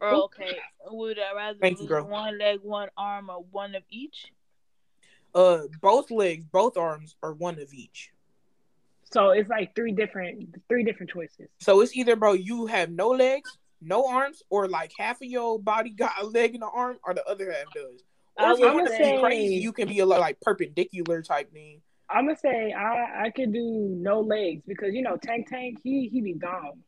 Oh. Or okay, would I rather Thank you, lose girl. one leg, one arm, or one of each? Uh both legs, both arms, or one of each. So it's like three different three different choices. So it's either bro, you have no legs, no arms, or like half of your body got a leg and an arm, or the other half does. Or I if you would want to say- be crazy, you can be a like perpendicular type thing. I'm gonna say I I could do no legs because you know Tank Tank he he be gone.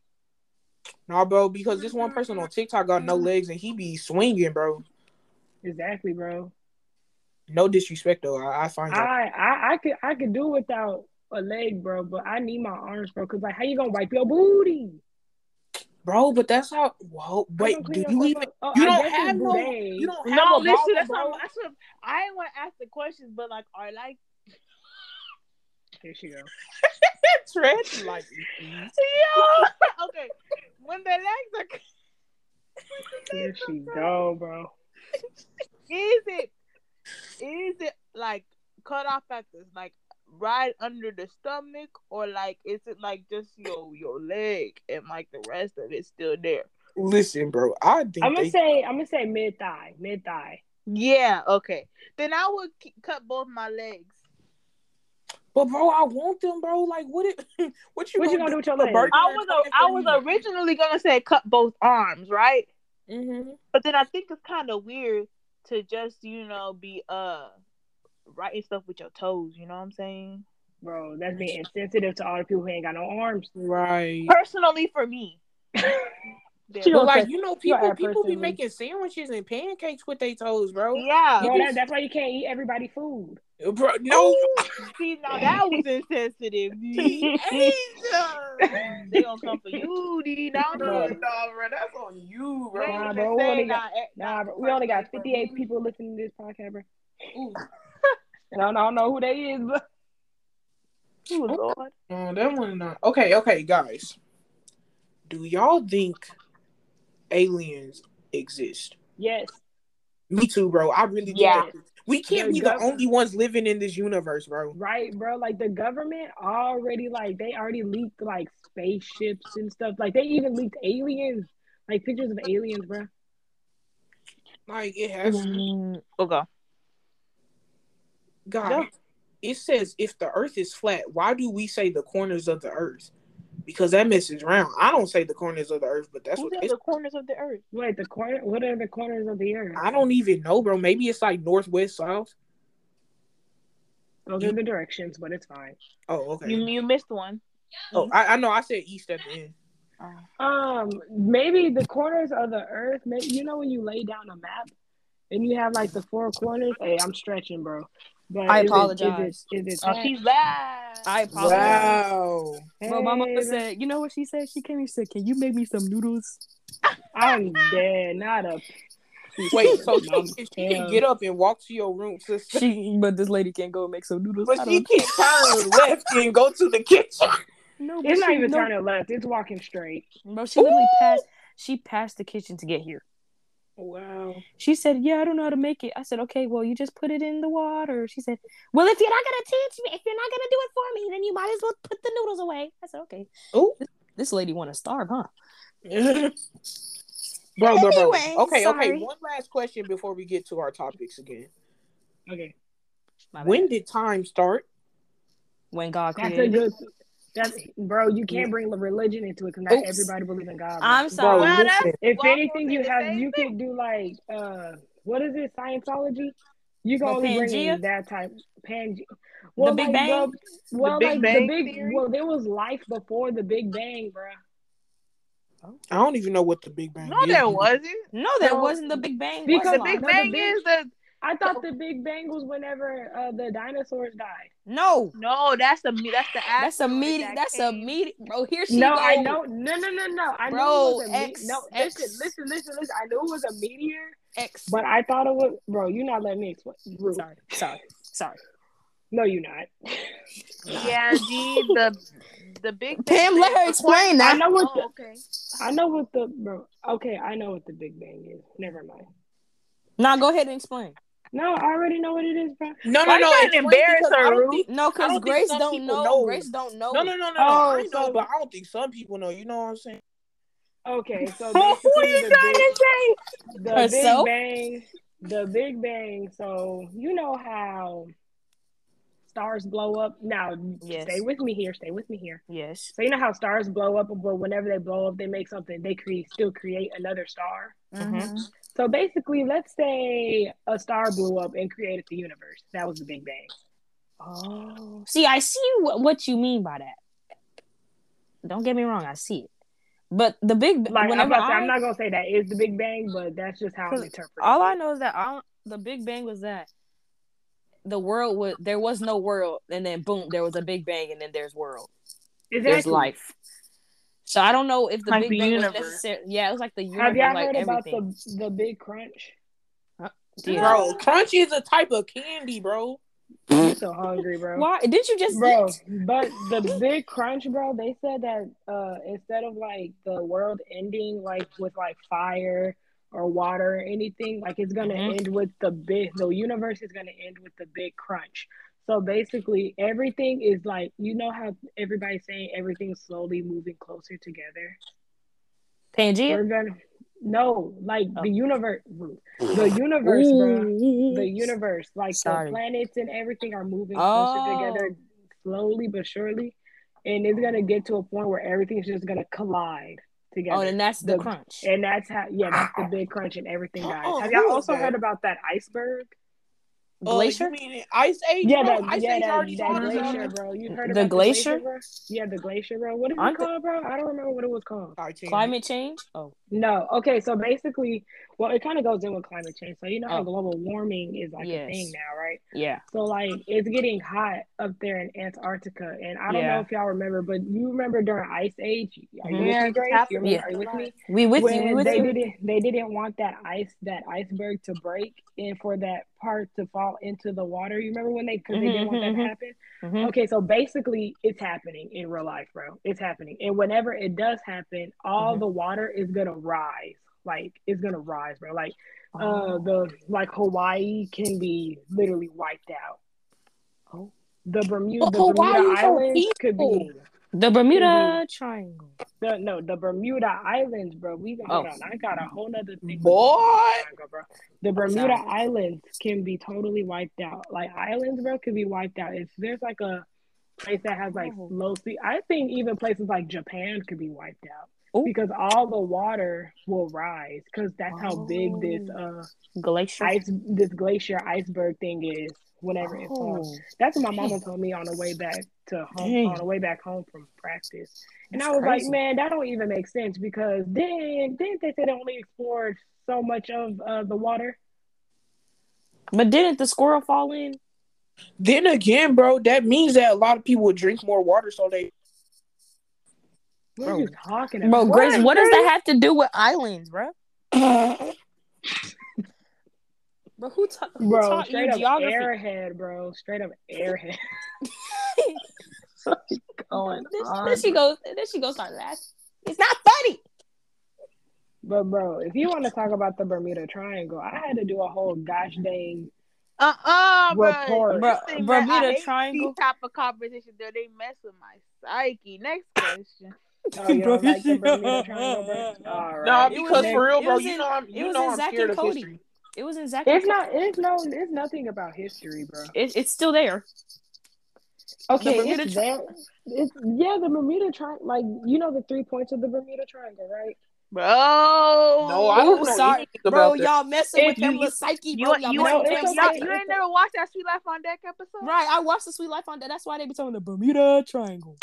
Nah, bro, because this one person on TikTok got no legs and he be swinging, bro. Exactly, bro. No disrespect though. I, I find that. I, I I could I could do without a leg, bro, but I need my arms, bro. Cause like, how you gonna wipe your booty? bro, but that's how. Whoa, How wait, gonna do clean you even? yourself up? Oh, You I don't guess it's have no. bidet. You don't have no No, listen. listen, That's bro. what, that's what I want to ask the questions, but like, are like Here she goes. Tread lightly. please. Yo, okay. When the legs are Here she go, bro. is it is it like cut off at this like right under the stomach or like is it like just your your leg and like the rest of it's still there Listen, bro. I think I'm gonna they- say I'm gonna say mid thigh, mid thigh. yeah okay then i would k- cut both my legs but bro, I want them, bro. Like, what? It, what you What you gonna do with your The legs? burger i was coming a, i for was you. originally gonna say cut both arms right Mhm. but then i think it's kind of weird to just you know be uh writing stuff with your toes you know what i'm saying Bro, that's being insensitive to all the people who ain't got no arms. Right. personally for me Yeah. She But don't like say- you know, you people are people be personally- making sandwiches and pancakes with their toes, bro. Uh, yeah Bro, that, that's why you can't eat everybody food. Bro, no, See, now that was insensitive. D. they gonna come for you, D. Now I'm bro, good. nah, bro, that's on you, They bro. Nah, ain't even bro, we say only got- that. Nah, bro, we only got 58 people listening to this podcast, bro. Ooh, And I don't, I don't know who they is, but ooh, Lord. Oh, that one not. Okay, okay, guys. Do y'all think aliens exist? yes. Me too, bro. I really do. Yeah. We can't They're be the government. only ones living in this universe, bro. Right, bro. Like the government already like they already leaked like spaceships and stuff. Like they even leaked aliens, like pictures of aliens, bro. Like it has Okay. God. Yeah. It says if the earth is flat, why do we say the corners of the earth? Because that messes round. I don't say the corners of the earth, but that's Who's what in they the corners of the earth? Wait, the corner what are the corners of the earth? I don't even know, bro. Maybe it's like northwest, south. Those are the directions, but it's fine. Oh, okay. You you missed one. oh, I, I know. I said east at the end. Um, maybe the corners of the earth, maybe you know when you lay down a map and you have like the four corners. Hey, I'm stretching, bro. But I is it- apologize. Uh, Is it, is it Oh, she's live. I apologize. Wow. Bro, my mama Hey, said, you know what she said? She came and said, Can you make me some noodles? I'm dead, not a Wait, so she, Mama, if she can hell. get up and walk to your room, sister. She but this lady can't go make some noodles. But I she don't can turn left and go to the kitchen. know. but It's not she- even no, turning left. It's walking straight. Bro, she literally passed she passed the kitchen to get here. Wow. She said, Yeah, I don't know how to make it. I said, Okay, well you just put it in the water. She said, Well if you're not gonna teach me, if you're not gonna do it for me, then you might as well put the noodles away. I said, Okay. Oh. This lady wanna starve, huh? bro, bro, bro. Anyway, Okay, okay. sorry. One last question before we get to our topics again. Okay, My bad. When did time start? when God that's a created. good. That's bro. You can't bring the religion into it because not Oops. everybody believes in God. bro. I'm Bro, sorry. Well, that's- listen. if Well, I'm anything, gonna you say the have same you could do like uh, what is it? Scientology. You can The only bring in Pangea? that type Pangea. Big like Bang? The, well, Big like the Bang big. Theory? Well, there was life before the Big Bang, bro. I don't even know what the Big Bang No, is. there wasn't. No, that So- wasn't the Big Bang. Because was The Come on, Big live. Bang Big- is the I Oh. thought the Big Bang was whenever uh, the dinosaurs died. No. no. That's the me- that's the That's a asteroid meeting. that That's a came. meeting, bro. Here she No, go. I know. No, no, no, no. I Bro, know it was a me- X- no. X. Listen, listen, listen, listen. I knew it was a meteor, X. but I thought it was. Bro, you're not letting me explain. Rude. Sorry, sorry, sorry. No, you're not. Yeah, G. The the Big Pam, Bang let her is- explain I that. know what. Oh, The, okay. I know what the bro. Okay, I know what the Big Bang is. Never mind. Now go ahead and explain. No, I already know what it is, bro. No, Why no, you no. gotta explain embarrass because I her, don't Ruth? think- No, I because don't think Grace some don't people know. know. Grace don't know. No, no, no, no, no. Oh, I know, so- but I don't think some people know. You know what I'm saying? Okay, so What basically you the trying big, to say? the Herself? Big Bang, the Big Bang. So you know how stars blow up. Now, Yes. stay with me here. Stay with me here. Yes. So you know how stars blow up, but whenever they blow up, they make something. They create still create another star. Mm-hmm. Mhm. So basically, let's say a star blew up and created the universe. That was the Big Bang. Oh, see, I see what, what you mean by that. Don't get me wrong, I see it. But the big Like I'm, whenever about to, I- I'm not gonna say that is the Big Bang, but that's just how I'm 'Cause interpreting. all I it. know is that I don't- the Big Bang was that the world was there was no world, and then boom, there was a Big Bang, and then there's world. There's Exactly. life. So I don't know if the Like Big the Bang universe. was necessary. Yeah, it was like the universe, Have y'all like heard about everything. the the Big Crunch? Yeah. Bro, Uh, Crunchy is a type of candy, bro. Mm-hmm. I'm so hungry, bro. Why did you just Bro, but the big crunch, bro. They said that uh, instead of like the world ending, like with like fire or water or anything, like it's gonna Mm-hmm. Mhm. end with the big. The universe is gonna end with the big crunch. So basically, everything is like you know how everybody's saying everything's slowly moving closer together. We're Pangea? gonna no, like Oh. the universe, the universe, bro the universe, like Sorry. the planets and everything, are moving Oh. closer together slowly but surely, and it's gonna get to a point where everything's just gonna collide together. Oh, and that's the The- crunch. and that's how, yeah, that's the big crunch and everything, guys. Oh, Have y'all who also is that? heard about that iceberg? Oh, Glacier? you mean Ice Age? Yeah, bro? that, Ice yeah, Age that, already that told us glacier, about bro. You heard The about glacier? bro? Yeah, the glacier, bro. What is Aren't it called, bro? I don't remember what it was called. it. Climate change? Oh. No, okay, so basically, well, it kind of goes in with climate change. So you know how Oh. global warming is like a Yes. thing now, right? Yeah. So like it's getting hot up there in Antarctica, and I don't Yeah. know if y'all remember, but you remember during Ice Age? Are you Mhm. with Yeah, me, Grace? it's You remember, happening. Are you with me? We with you. when We with they you. didn't, they didn't want that ice, that iceberg to break, and for that part to fall into the water. You remember when they, because they didn't Mhm, want that mhm, to happen. Mm-hmm. Mhm. Okay, so basically, it's happening in real life, bro. It's happening, and whenever it does happen, all Mm-hmm. Mhm. the water is gonna rise. Like it's gonna rise, bro. Like uh Oh. the like Hawaii can be literally wiped out. Oh. The Bermuda, But the Bermuda Hawaii so Islands could be peaceful. The Bermuda Triangle. the, no the Bermuda Islands, bro. We got hold Oh. on. I got a whole nother thing. Boy. bro. The Bermuda sorry. Islands can be totally wiped out. Like islands, bro, could be wiped out. If there's like a place that has like Oh. low sea, I think even places like Japan could be wiped out. Oh. Because all the water will rise, because that's how big this Oh. uh Glacier. ice this glacier iceberg thing is whenever it falls. Oh. That's what my mama told me on the way back to home Dang. on the way back home from practice. And That's I was crazy. like, man, that don't even make sense because then didn't they say they only explored so much of uh, the water? But didn't the squirrel fall in? Then again, bro, that means that a lot of people would drink more water, so they. What are Bro. you talking about? Bro, Grace, what does that have to do with islands, bro? Bro, who, ta- who Bro, taught straight you up geography? airhead, bro. Straight up airhead. Bro, Going then, on, then she goes. Then she goes start laughing. It's not funny. But bro, if you want to talk about the Bermuda Triangle, I had to do a whole gosh dang Uh uh Report. bro. Bro- Bermuda Triangle. These type of conversation though they mess with my psyche. Next question. Oh, you don't Bro, like the Bermuda Triangle, bro? yeah. All right. Nah, It because was in- for real, it bro, was you in- know I'm, it you was know in I'm Zack and scared of Cody. history. It was in Zach. It's not. It's no. It's nothing about history, bro. It, it's still there. Okay, The Bermuda it's Tri- that. It's yeah, the Bermuda Triangle. Like you know the three points of the Bermuda Triangle, right? Bro Oh, No, I don't Ooh, know sorry, anything bro. about that. Y'all messing If with them you- little psyche, You, bro. you, Y'all you, No, messing it's okay. with them y'all- psyche. you ain't never watched that Sweet Life on Deck episode? Right, I watched the Sweet Life on that. That's why they be telling the Bermuda Triangle.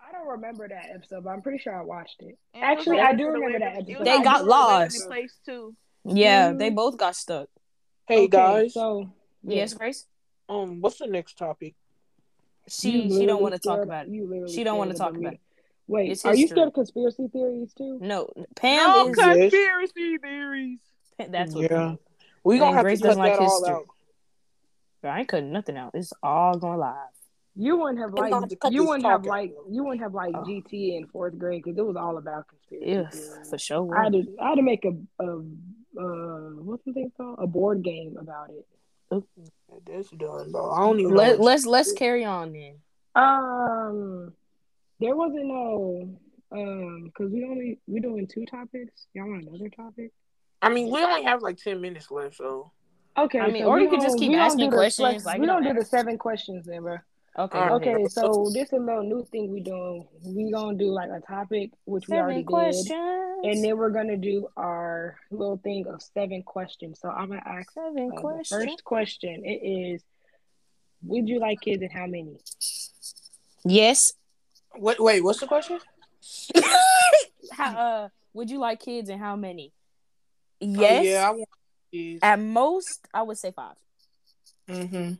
I don't remember that episode, but I'm pretty sure I watched it. And it was Actually, on I do the remember way- that it was episode. on They the got way to lost. the Place too. Yeah, Mm. they both got stuck. Hey Okay, guys, So Yes, Grace. um, what's the next topic? She she don't want to talk scared- about it. You literally She don't scared wanna of the talk about Bermuda- Wait, It's are you history. scared of conspiracy theories too? No, Pam No is. cut. conspiracy theories. That's what. yeah, we Man, gonna have Grace to cut doesn't like that all history. out. Bro, I ain't cutting nothing out. It's all going live. You wouldn't have We're gonna have liked. to cut You this wouldn't have talk out, liked. bro. You wouldn't have liked Oh. GT in fourth grade because it was all about conspiracy. Ew, theories. for sure. I had to, I had to make a, a, uh, what's the thing called? A board game about it. That's done, bro. I don't even. Let, know. let's let's carry on then. Um, there wasn't no, um, because we only we doing two topics. Y'all want another topic? I mean, we only have like ten minutes left, so Okay, I mean, so or we you could just don't- keep we don't do asking the questions, flex- like, we you don't know, do the ask- seven questions, then, bro. Okay. All right. Okay, so this is a little new thing we doing. We gonna do like a topic which we already Seven did. questions. And then we're gonna do our little thing of seven questions. So I'm gonna ask seven uh, the questions. first question. It is, would you like kids and how many? Yes. wait, wait, what's the question? Oh, How, uh, would you like kids and how many? Oh, Yes. yeah, I want kids. At most, I would say five. Mm-hmm.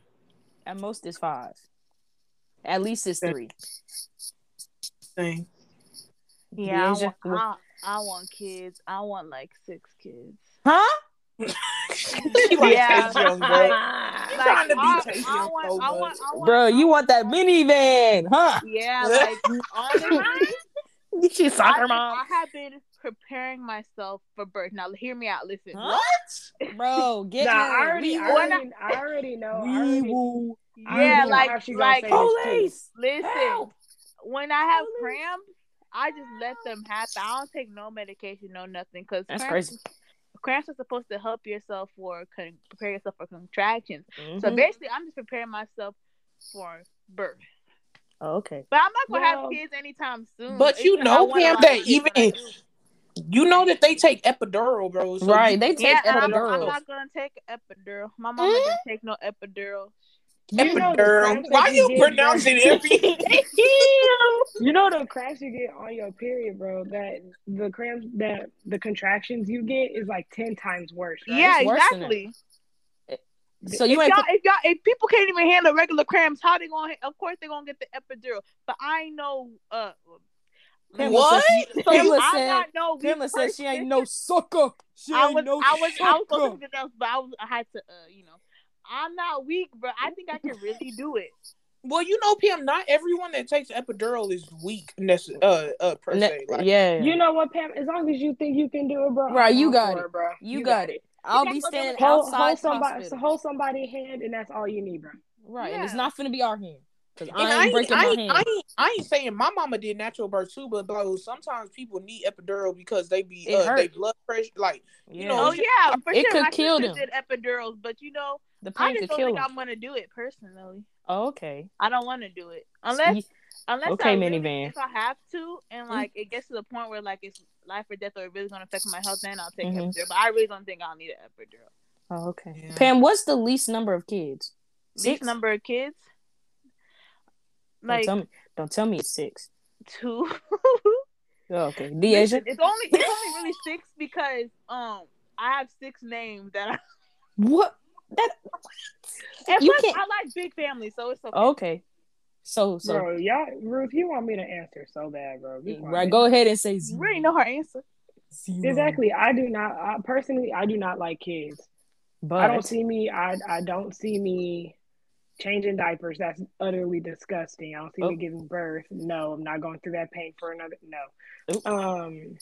At most, it's five. At least it's Okay. three. Thing. Yeah, I Deja- want, I, I want kids. I want like six kids. Huh? She like Yeah. Chase Young, bro. Like, trying to be I, Chase I Young want, so I want, much. I want, Bro, you want that minivan, huh? Yeah, like honestly, She's I, I have been preparing myself for birth. Now hear me out. Listen, Huh? Bro, get Nah, I her. already, We I will- already, I already know. I We already, will. I already yeah, know how like, she gonna like say this too. Police. listen. Help. When I have Police. cramps, I just let them happen. I don't take no medication, no nothing, because That's cramps, crazy. cramps are supposed to help yourself for con- prepare yourself for contractions. Mm-hmm. Mm-hmm. So basically, I'm just preparing myself for birth. Oh, okay. But I'm not gonna Well- have kids anytime soon. But you It's- I know, want a Pam, lot of that kids even- when I do. You know that they take epidural, bro. so right, they take yeah, and I'm, I'm epidurals. not gonna take epidural. My mama didn't take no epidural. you- You know the epidural. cramps that Why you get, bro. pronounce it every? You know the cramps you get on your period, bro. That the cramps that the contractions you get is like ten times worse. Right? Yeah, It's worse than exactly. so you if ain't y'all, put, if y'all, if people can't even handle regular cramps, how they gonna? Of course they gonna get the epidural. But I know, uh, Pamela What? says she- Pamela I said, not know. we Pamela says she purchased- ain't no sucker. She I ain't was, no I was, I was sucker. supposed to do something else, but I was, I had to, uh, you know, I'm not weak, but I think I can really do it. well, you know, Pam. Not everyone that takes epidural is weak. Nece- uh, uh, per se. Ne- Like, yeah. You know what, Pam? As long as you think you can do it, bro. I'm Right, you all got for it. bro. You got it. I'll be That's what they standing were- Hold, outside hold the somebody, hospital. hold somebody's hand, and that's all you need, bro. Right, and it's Yeah. not finna be our hand. Because And I ain't I breaking my ain't, hand. I ain't, I ain't saying my mama did natural birth too, but bro, sometimes people need epidural because they be It uh, they hurt. blood pressure like you Yeah. know, Oh yeah, for It sure. could my kill sister them. Did epidurals, but you know, the pain I just could don't kill think him. I'm gonna do it personally. Oh, okay. I don't want to do it unless Ye- unless Okay, I really, minivan. if I have to, Mm-hmm. and like it gets to the point where like it's life or death, or it really gonna affect my health, then I'll take Mm-hmm. Mhm. epidural. But I really don't think I'll need an epidural. Oh, okay. Yeah. Pam, what's the least number of kids? Least number of kids, Don't like tell me. Don't tell me it's six. two. Oh, okay. Listen, Deasia. it's only it's only really six because um I have six names that I What? That and You plus, can't- I like big families, so it's okay. Oh. okay. So so bro, y'all, Ruth, you want me to answer so bad, bro. You want right. me- Go ahead and say You zero. already know her answer. Zero. Exactly. I do not. I, personally, I do not like kids. But I don't see me. I I don't see me changing diapers. That's utterly disgusting. I don't see Oh. me giving birth. No, I'm not going through that pain for another. No. Oh. Um,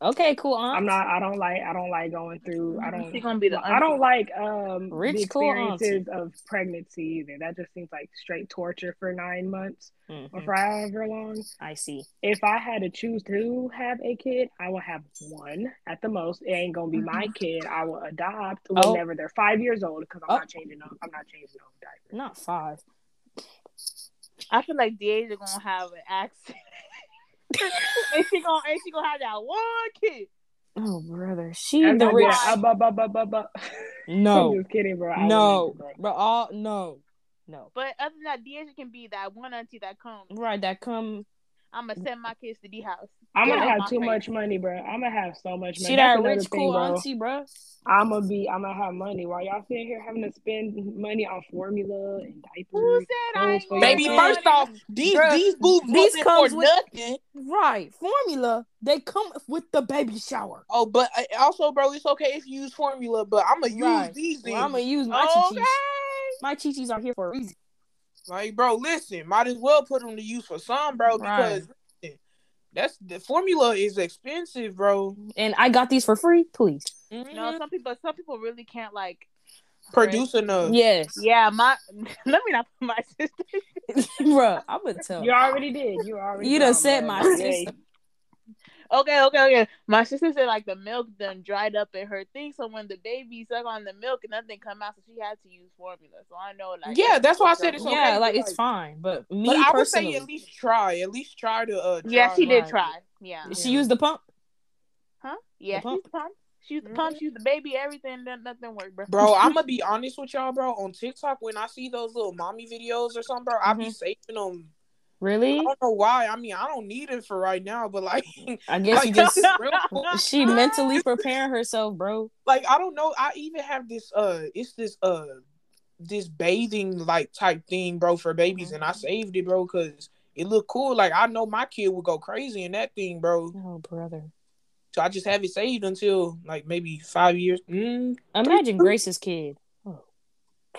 okay. Cool. Aunt. I'm not. I don't like. I don't like going through. I don't. She's gonna be the. I don't like um Rich the cool auntie. experiences of pregnancy either. That just seems like straight torture for nine months Mhm. or for however long. I see. If I had to choose to have a kid, I will have one at the most. It ain't gonna be my kid. I will adopt Mm-hmm. Oh. whenever they're five years old because I'm Oh. not changing. No, I'm not changing no diapers. Not five. I feel like Deja gonna have an accent. and she gonna and she gonna have that one kid. Oh brother, she And the I'll be rich. like, "Ah, bu- bu- bu- bu- bu." I'm No, just kidding, bro. I will no, never, bro. bro. All no, no. But other than that, Deja can be that one auntie that comes. Right. That come. I'm gonna send my kids to the house. I'm gonna Yeah, have my too face. much money, bro. I'm gonna have so much money. She That's that another rich thing, cool bro. auntie, bro. I'm gonna be. I'm gonna have money while y'all sitting here having to spend money on formula and Who diapers. said I ain't Well, gonna baby. yeah. First off, these Bruh, these boobs these wasn't comes for with- nothing. Right. Formula. They come with the baby shower. Oh, but uh, also, bro, it's okay if you use formula, but I'm gonna use Right. these things. Well, I'm gonna use my chi Okay. chichis. My chi chichis are here for a reason. Like, bro, listen, might as well put them to use for some, bro, because listen, that's the formula is expensive, bro. And I got these for free, please. Mm-hmm. No, some people some people really can't like Produce enough. Yes, Yeah, my let me not put my sister. bro. I would tell. You already did. You already. You done gone, said bro. my Like, sister. Okay, okay, okay. My sister said like the milk done dried up in her thing, so when the baby suck on the milk, nothing come out, so she had to use formula. So I know like Yeah, that's why I said it's okay. yeah, but, like it's like- fine, but me but I would personally, say at least try, at least try to. Uh, Yeah, try she did mine. try. Yeah. she used the pump. Huh? Yeah, she pump. used the pump. Mm-hmm. She used the pump, she used the baby, everything, done- nothing worked, bro. Bro, I'm gonna be honest with y'all, bro. On TikTok, when I see those little mommy videos or something, bro, I be saving them. Really? I don't know why. I mean, I don't need it for right now, but like, I guess you Like, just real quick, she mentally preparing herself, bro. like I don't know. I even have this uh it's this uh this bathing like type thing, bro, for babies, and I saved it, bro, because it looked cool. Like I know my kid would go crazy in that thing, bro. Oh, brother. So I just have it saved until like maybe five years. Mm. Imagine Grace's kid.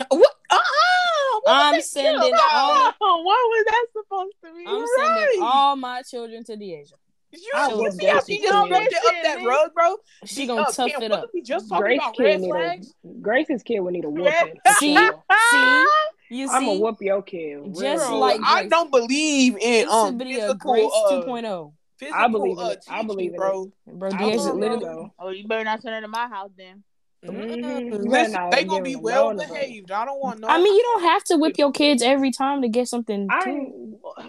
What? Uh-uh. What I'm was that- sending Chill out. what was that supposed to mean? I'm Right. sending all my children to the Asia. You I you was see how Grace's she kid. just rubbed it up that rug, bro? She gonna up. tough Damn, it what up. did We just talking Grace about kid red need a, flags. Grace's kid would need a Red- whooping. for See? sure. See, you see, I'm gonna whoop your kid. real Just good. Bro, like I Grace. don't believe it in should um be a physical, Grace uh, 2.0, physical I believe in uh, it. I believe teaching, in bro. bro. I The Yeah, believe she in Asia it literally. though. Oh, you better not send her to my house then. Mm-hmm. Mm-mm. Mhm. You better Listen, not they give gonna it be no well nobody. behaved. I don't want no. I mean, you don't have to whip your kids every time to get something. I too. ain't-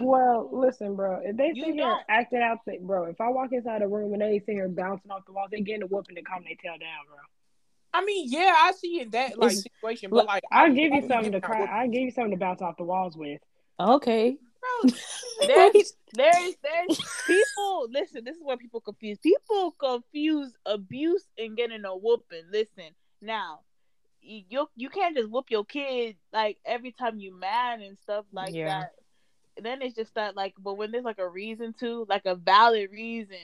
well, listen, bro. If they You sit here not. acting out, the- bro. If I walk inside a room and they sit here bouncing off the walls, they getting a whooping to calm their tail down, bro. I mean, yeah, I see in that like It's- situation, look, but like, I'll give I'll you be something to giving out cry. whoopings. I'll give you something to bounce off the walls with. Okay. bro, There's, there's, there's people. Listen, this is where people confuse. People confuse abuse and getting a whooping. Listen, now you you, you can't just whoop your kid like every time you mad and stuff like Yeah. that. then it's just that like, but when there's like a reason to, like a valid reason,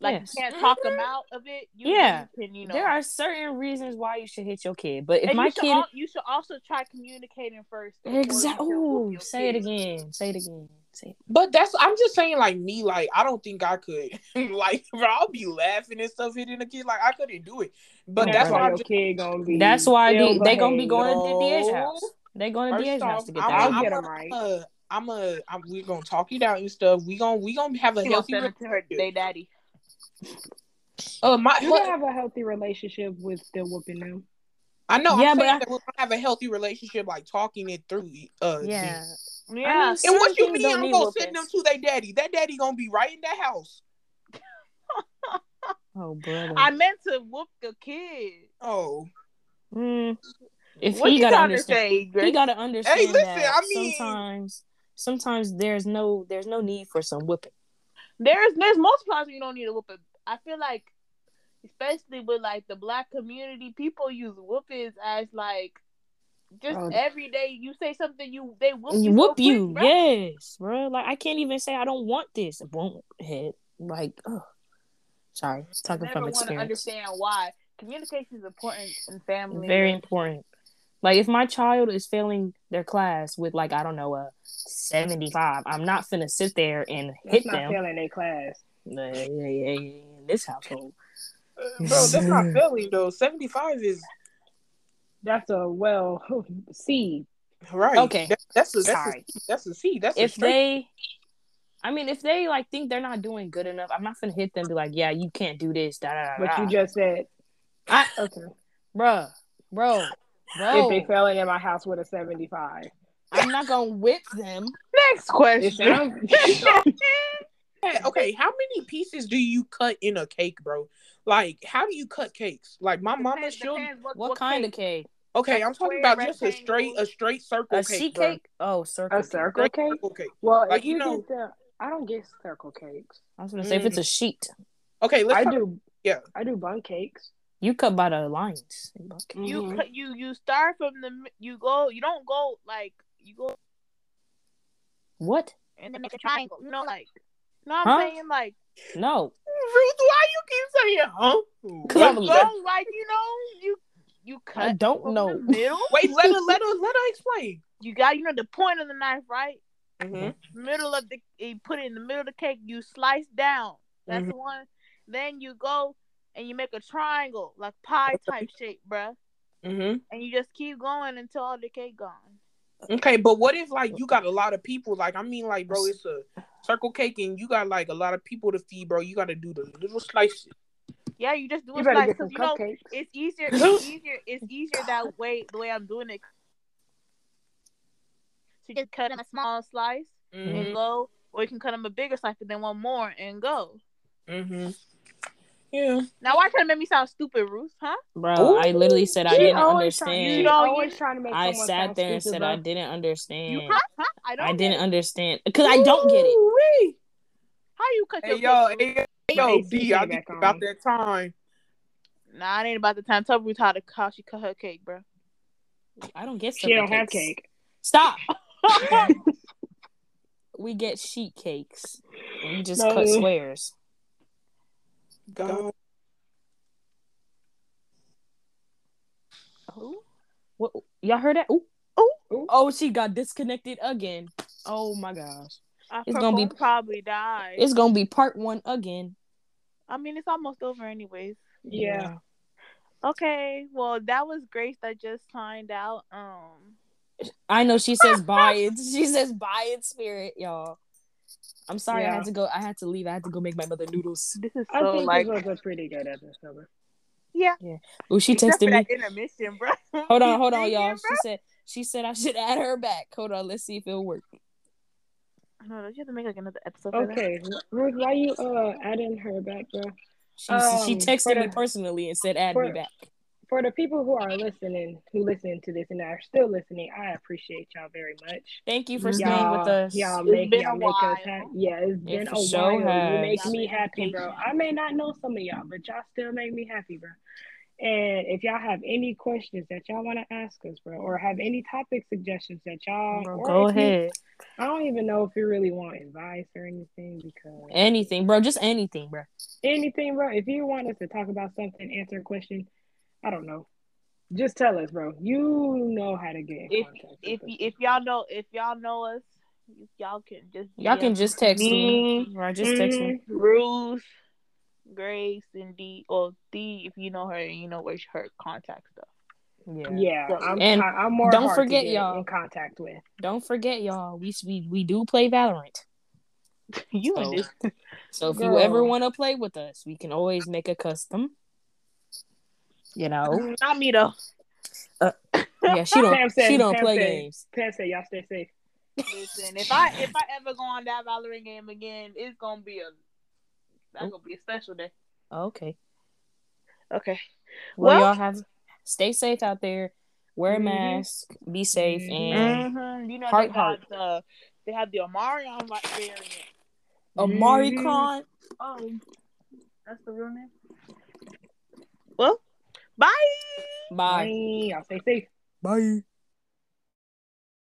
like Yes. you can't talk them out of it. You Yeah. you can you know. There are certain reasons why you should hit your kid, but if and my you should, kid al- you should also try communicating first. before you exactly, can whoop your say it kid. again, say it again, say it. but that's I'm just saying like me, like I don't think I could, like, bro, I'll be laughing and stuff hitting the kid, like I couldn't do it. But And that's why I'm your just kid gonna be. That's why ill they, they gonna be behaved. going No. to Dia's house. They going to First Dia's off, house to get I'm that. I'll a, get I'm them a, right. uh, I'm a, I'm, we're gonna talk it out and stuff. We gonna, we gonna have a She gonna healthy. send it to her relationship. they daddy. Uh, my, You can have a healthy relationship with still whooping them. I know. Yeah, I'm but saying I- that we're gonna have a healthy relationship, like talking it through. Uh, Yeah. thing. Yeah, And what you mean? Certain things don't I'm need gonna whoopings. send them to their daddy. That daddy gonna be right in that house. Oh brother. I meant to whoop the kid. Oh, Mm. If what he you gotta trying to understand, say, he Grace? gotta understand Hey, listen, that I mean- sometimes sometimes there's no there's no need for some whipping. There's there's multiple times you don't need a whooping. I feel like, especially with like the black community, people use whoopings as like just Oh. every day. You say something, you they whoop you. so whoop quick, you, bruh. yes, bro. Like I can't even say I don't want this. It won't hit. Like, ugh. sorry, it's talking Never from want to experience. understand why communication is important in family. Very important. Like if my child is failing their class with like I don't know a seventy five, I'm not finna sit there and That's hit not them. failing their class. Yeah, yeah, yeah, yeah, yeah, in this household, Uh, bro, that's not failing though. Seventy five is That's a well C. right. Okay. That- that's a sorry. That's a, that's a C. That's a if straight. they I mean if they like think they're not doing good enough, I'm not gonna hit them be like, Yeah, you can't do this, da da da. But da." you just said, I- okay. bruh, bro, Oh. If they bro. failing in my house with a seventy-five, I'm not gonna whip them. Next question. it sounds. Hey, okay, how many pieces do you cut in a cake, bro? Like, how do you cut cakes? Like my mama, Depends- she'll. depends What, kind of cake? Okay, I'm talking Square, about just a rectangle. straight, a straight circle A cake, sheet bro. cake? Oh, circle. A cake. circle Straight cake? circle cake. Well, Like, if you you know- get the, I don't get circle cakes. I was gonna say if it's a sheet, Okay, let's I talk. do. yeah. I do bun cakes. you cut by the lines. you Mhm. cut- you you start from the mi- you go you don't go like you go What? and then make a triangle. You know, like no, I'm Huh? saying like No. Ruth, why you keep saying huh? you Cause I'm Wait, a- let, go like you know you you cut I don't from know. the middle. wait, let her, let her, let her explain. You got you know the point of the knife, right? Mm-hmm. Middle of the you put it in the middle of the cake. You slice down. That's Mm-hmm. the one. Then you go and you make a triangle like pie type shape, bruh. Mm-hmm. And you just keep going until all the cake gone. Okay, but what if like you got a lot of people? Like, I mean, like, bro, it's a circle cake, and you got like a lot of people to feed, bro. You got to do the little slices. Yeah, you just do You it better like get because some you know cupcakes. it's easier. It's easier. It's easier that way. The way I'm doing it. So you just cut them a small slice Mm-hmm. and go, or you can cut them a bigger slice and then one more and go. Mm-hmm. Yeah. Now, why trying to make me sound stupid, Ruth? Huh? Bro, Ooh, I literally said I She didn't always trying- understand. she You know, always you- trying to make I someone sat sound there and stupid, said bro. I didn't You understand. huh? Huh? I don't. Mm. I get didn't it. understand because I don't get it. Ooh-wee. How you cut your Hey yo, cake? Ruth? hey My yo, AC D, came I think back it's on. about that time. Nah, it ain't about the time. Tell Ruth how to how she cut her cake, bro. I don't get. She don't circle have cakes. cake. Stop. we get sheet cakes. We just No. cut squares. God. Who? What? Y'all heard that? Ooh, ooh. Oh, she got disconnected again. Oh my gosh. I It's gonna be- probably die. It's gonna be part one again. I mean, it's almost over anyways. Yeah. Okay, well, that was Grace that just signed out. Um, I know she says bye. in- she says bye in spirit, y'all. I'm sorry I Yeah. had to go. I had to leave. I had to go make my mother noodles. this is I so think like, this was a pretty good episode. yeah. Oh, she Except texted for me. that intermission, bro. Hold on, hold on, y'all. She said she said I should add her back. Hold on, let's see if it'll work. No, don't you have to make like another episode? for that? Okay, Ruth, why you uh adding her back, bro? She she Um, texted for me the- personally and said add me for- back. For the people who are listening, who listen to this and are still listening, I appreciate y'all very much. Thank you for Y'all- staying with us. Y'all It's make been y'all a make us while. happy. Yeah, it's It been for a sure while. has. You make me Y'all happy, been bro. patient. I may not know some of y'all, but y'all still make me happy, bro. And if y'all have any questions that y'all want to ask us, bro, or have any topic suggestions that y'all Bro, or go if you- ahead. I don't even know if you really want advice or anything because Anything, bro. Just anything, bro. anything, bro. If you want us to talk about something, answer a question, I don't know. Just tell us, bro. You know how to get in If contact. if with y- us. if y'all know if y'all know us, y- y'all can just Y'all DM can just text me. me, Mm-hmm. Right, just text me. Bruce, Grace, and D or D if you know her and you know where her contact stuff. Yeah. Mhm. yeah, I'm, And I, am more don't hard to forget, get y'all. in contact with. Don't forget, y'all. We we, we do play Valorant. you and Oh. this So if you Girl. ever want to play with us, we can always make a custom. You know. not me though. Yeah, she Sam don't said- she don't Sam play said- games. Pam said, y'all stay safe. Listen, if I if I ever go on that Valorant game again, it's gonna be a that's gonna be a special day. Okay. Okay. Well, Well- y'all have stay safe out there. Wear a Mhm. mask, be safe, Mhm. and Mm-hmm. You know Heart, they heart. have the they have the Omarion vi- variant. Amari Mhm. Khan. Oh, that's the real name. Well, bye. Bye. Bye. Mm-hmm. Y'all stay safe. Bye.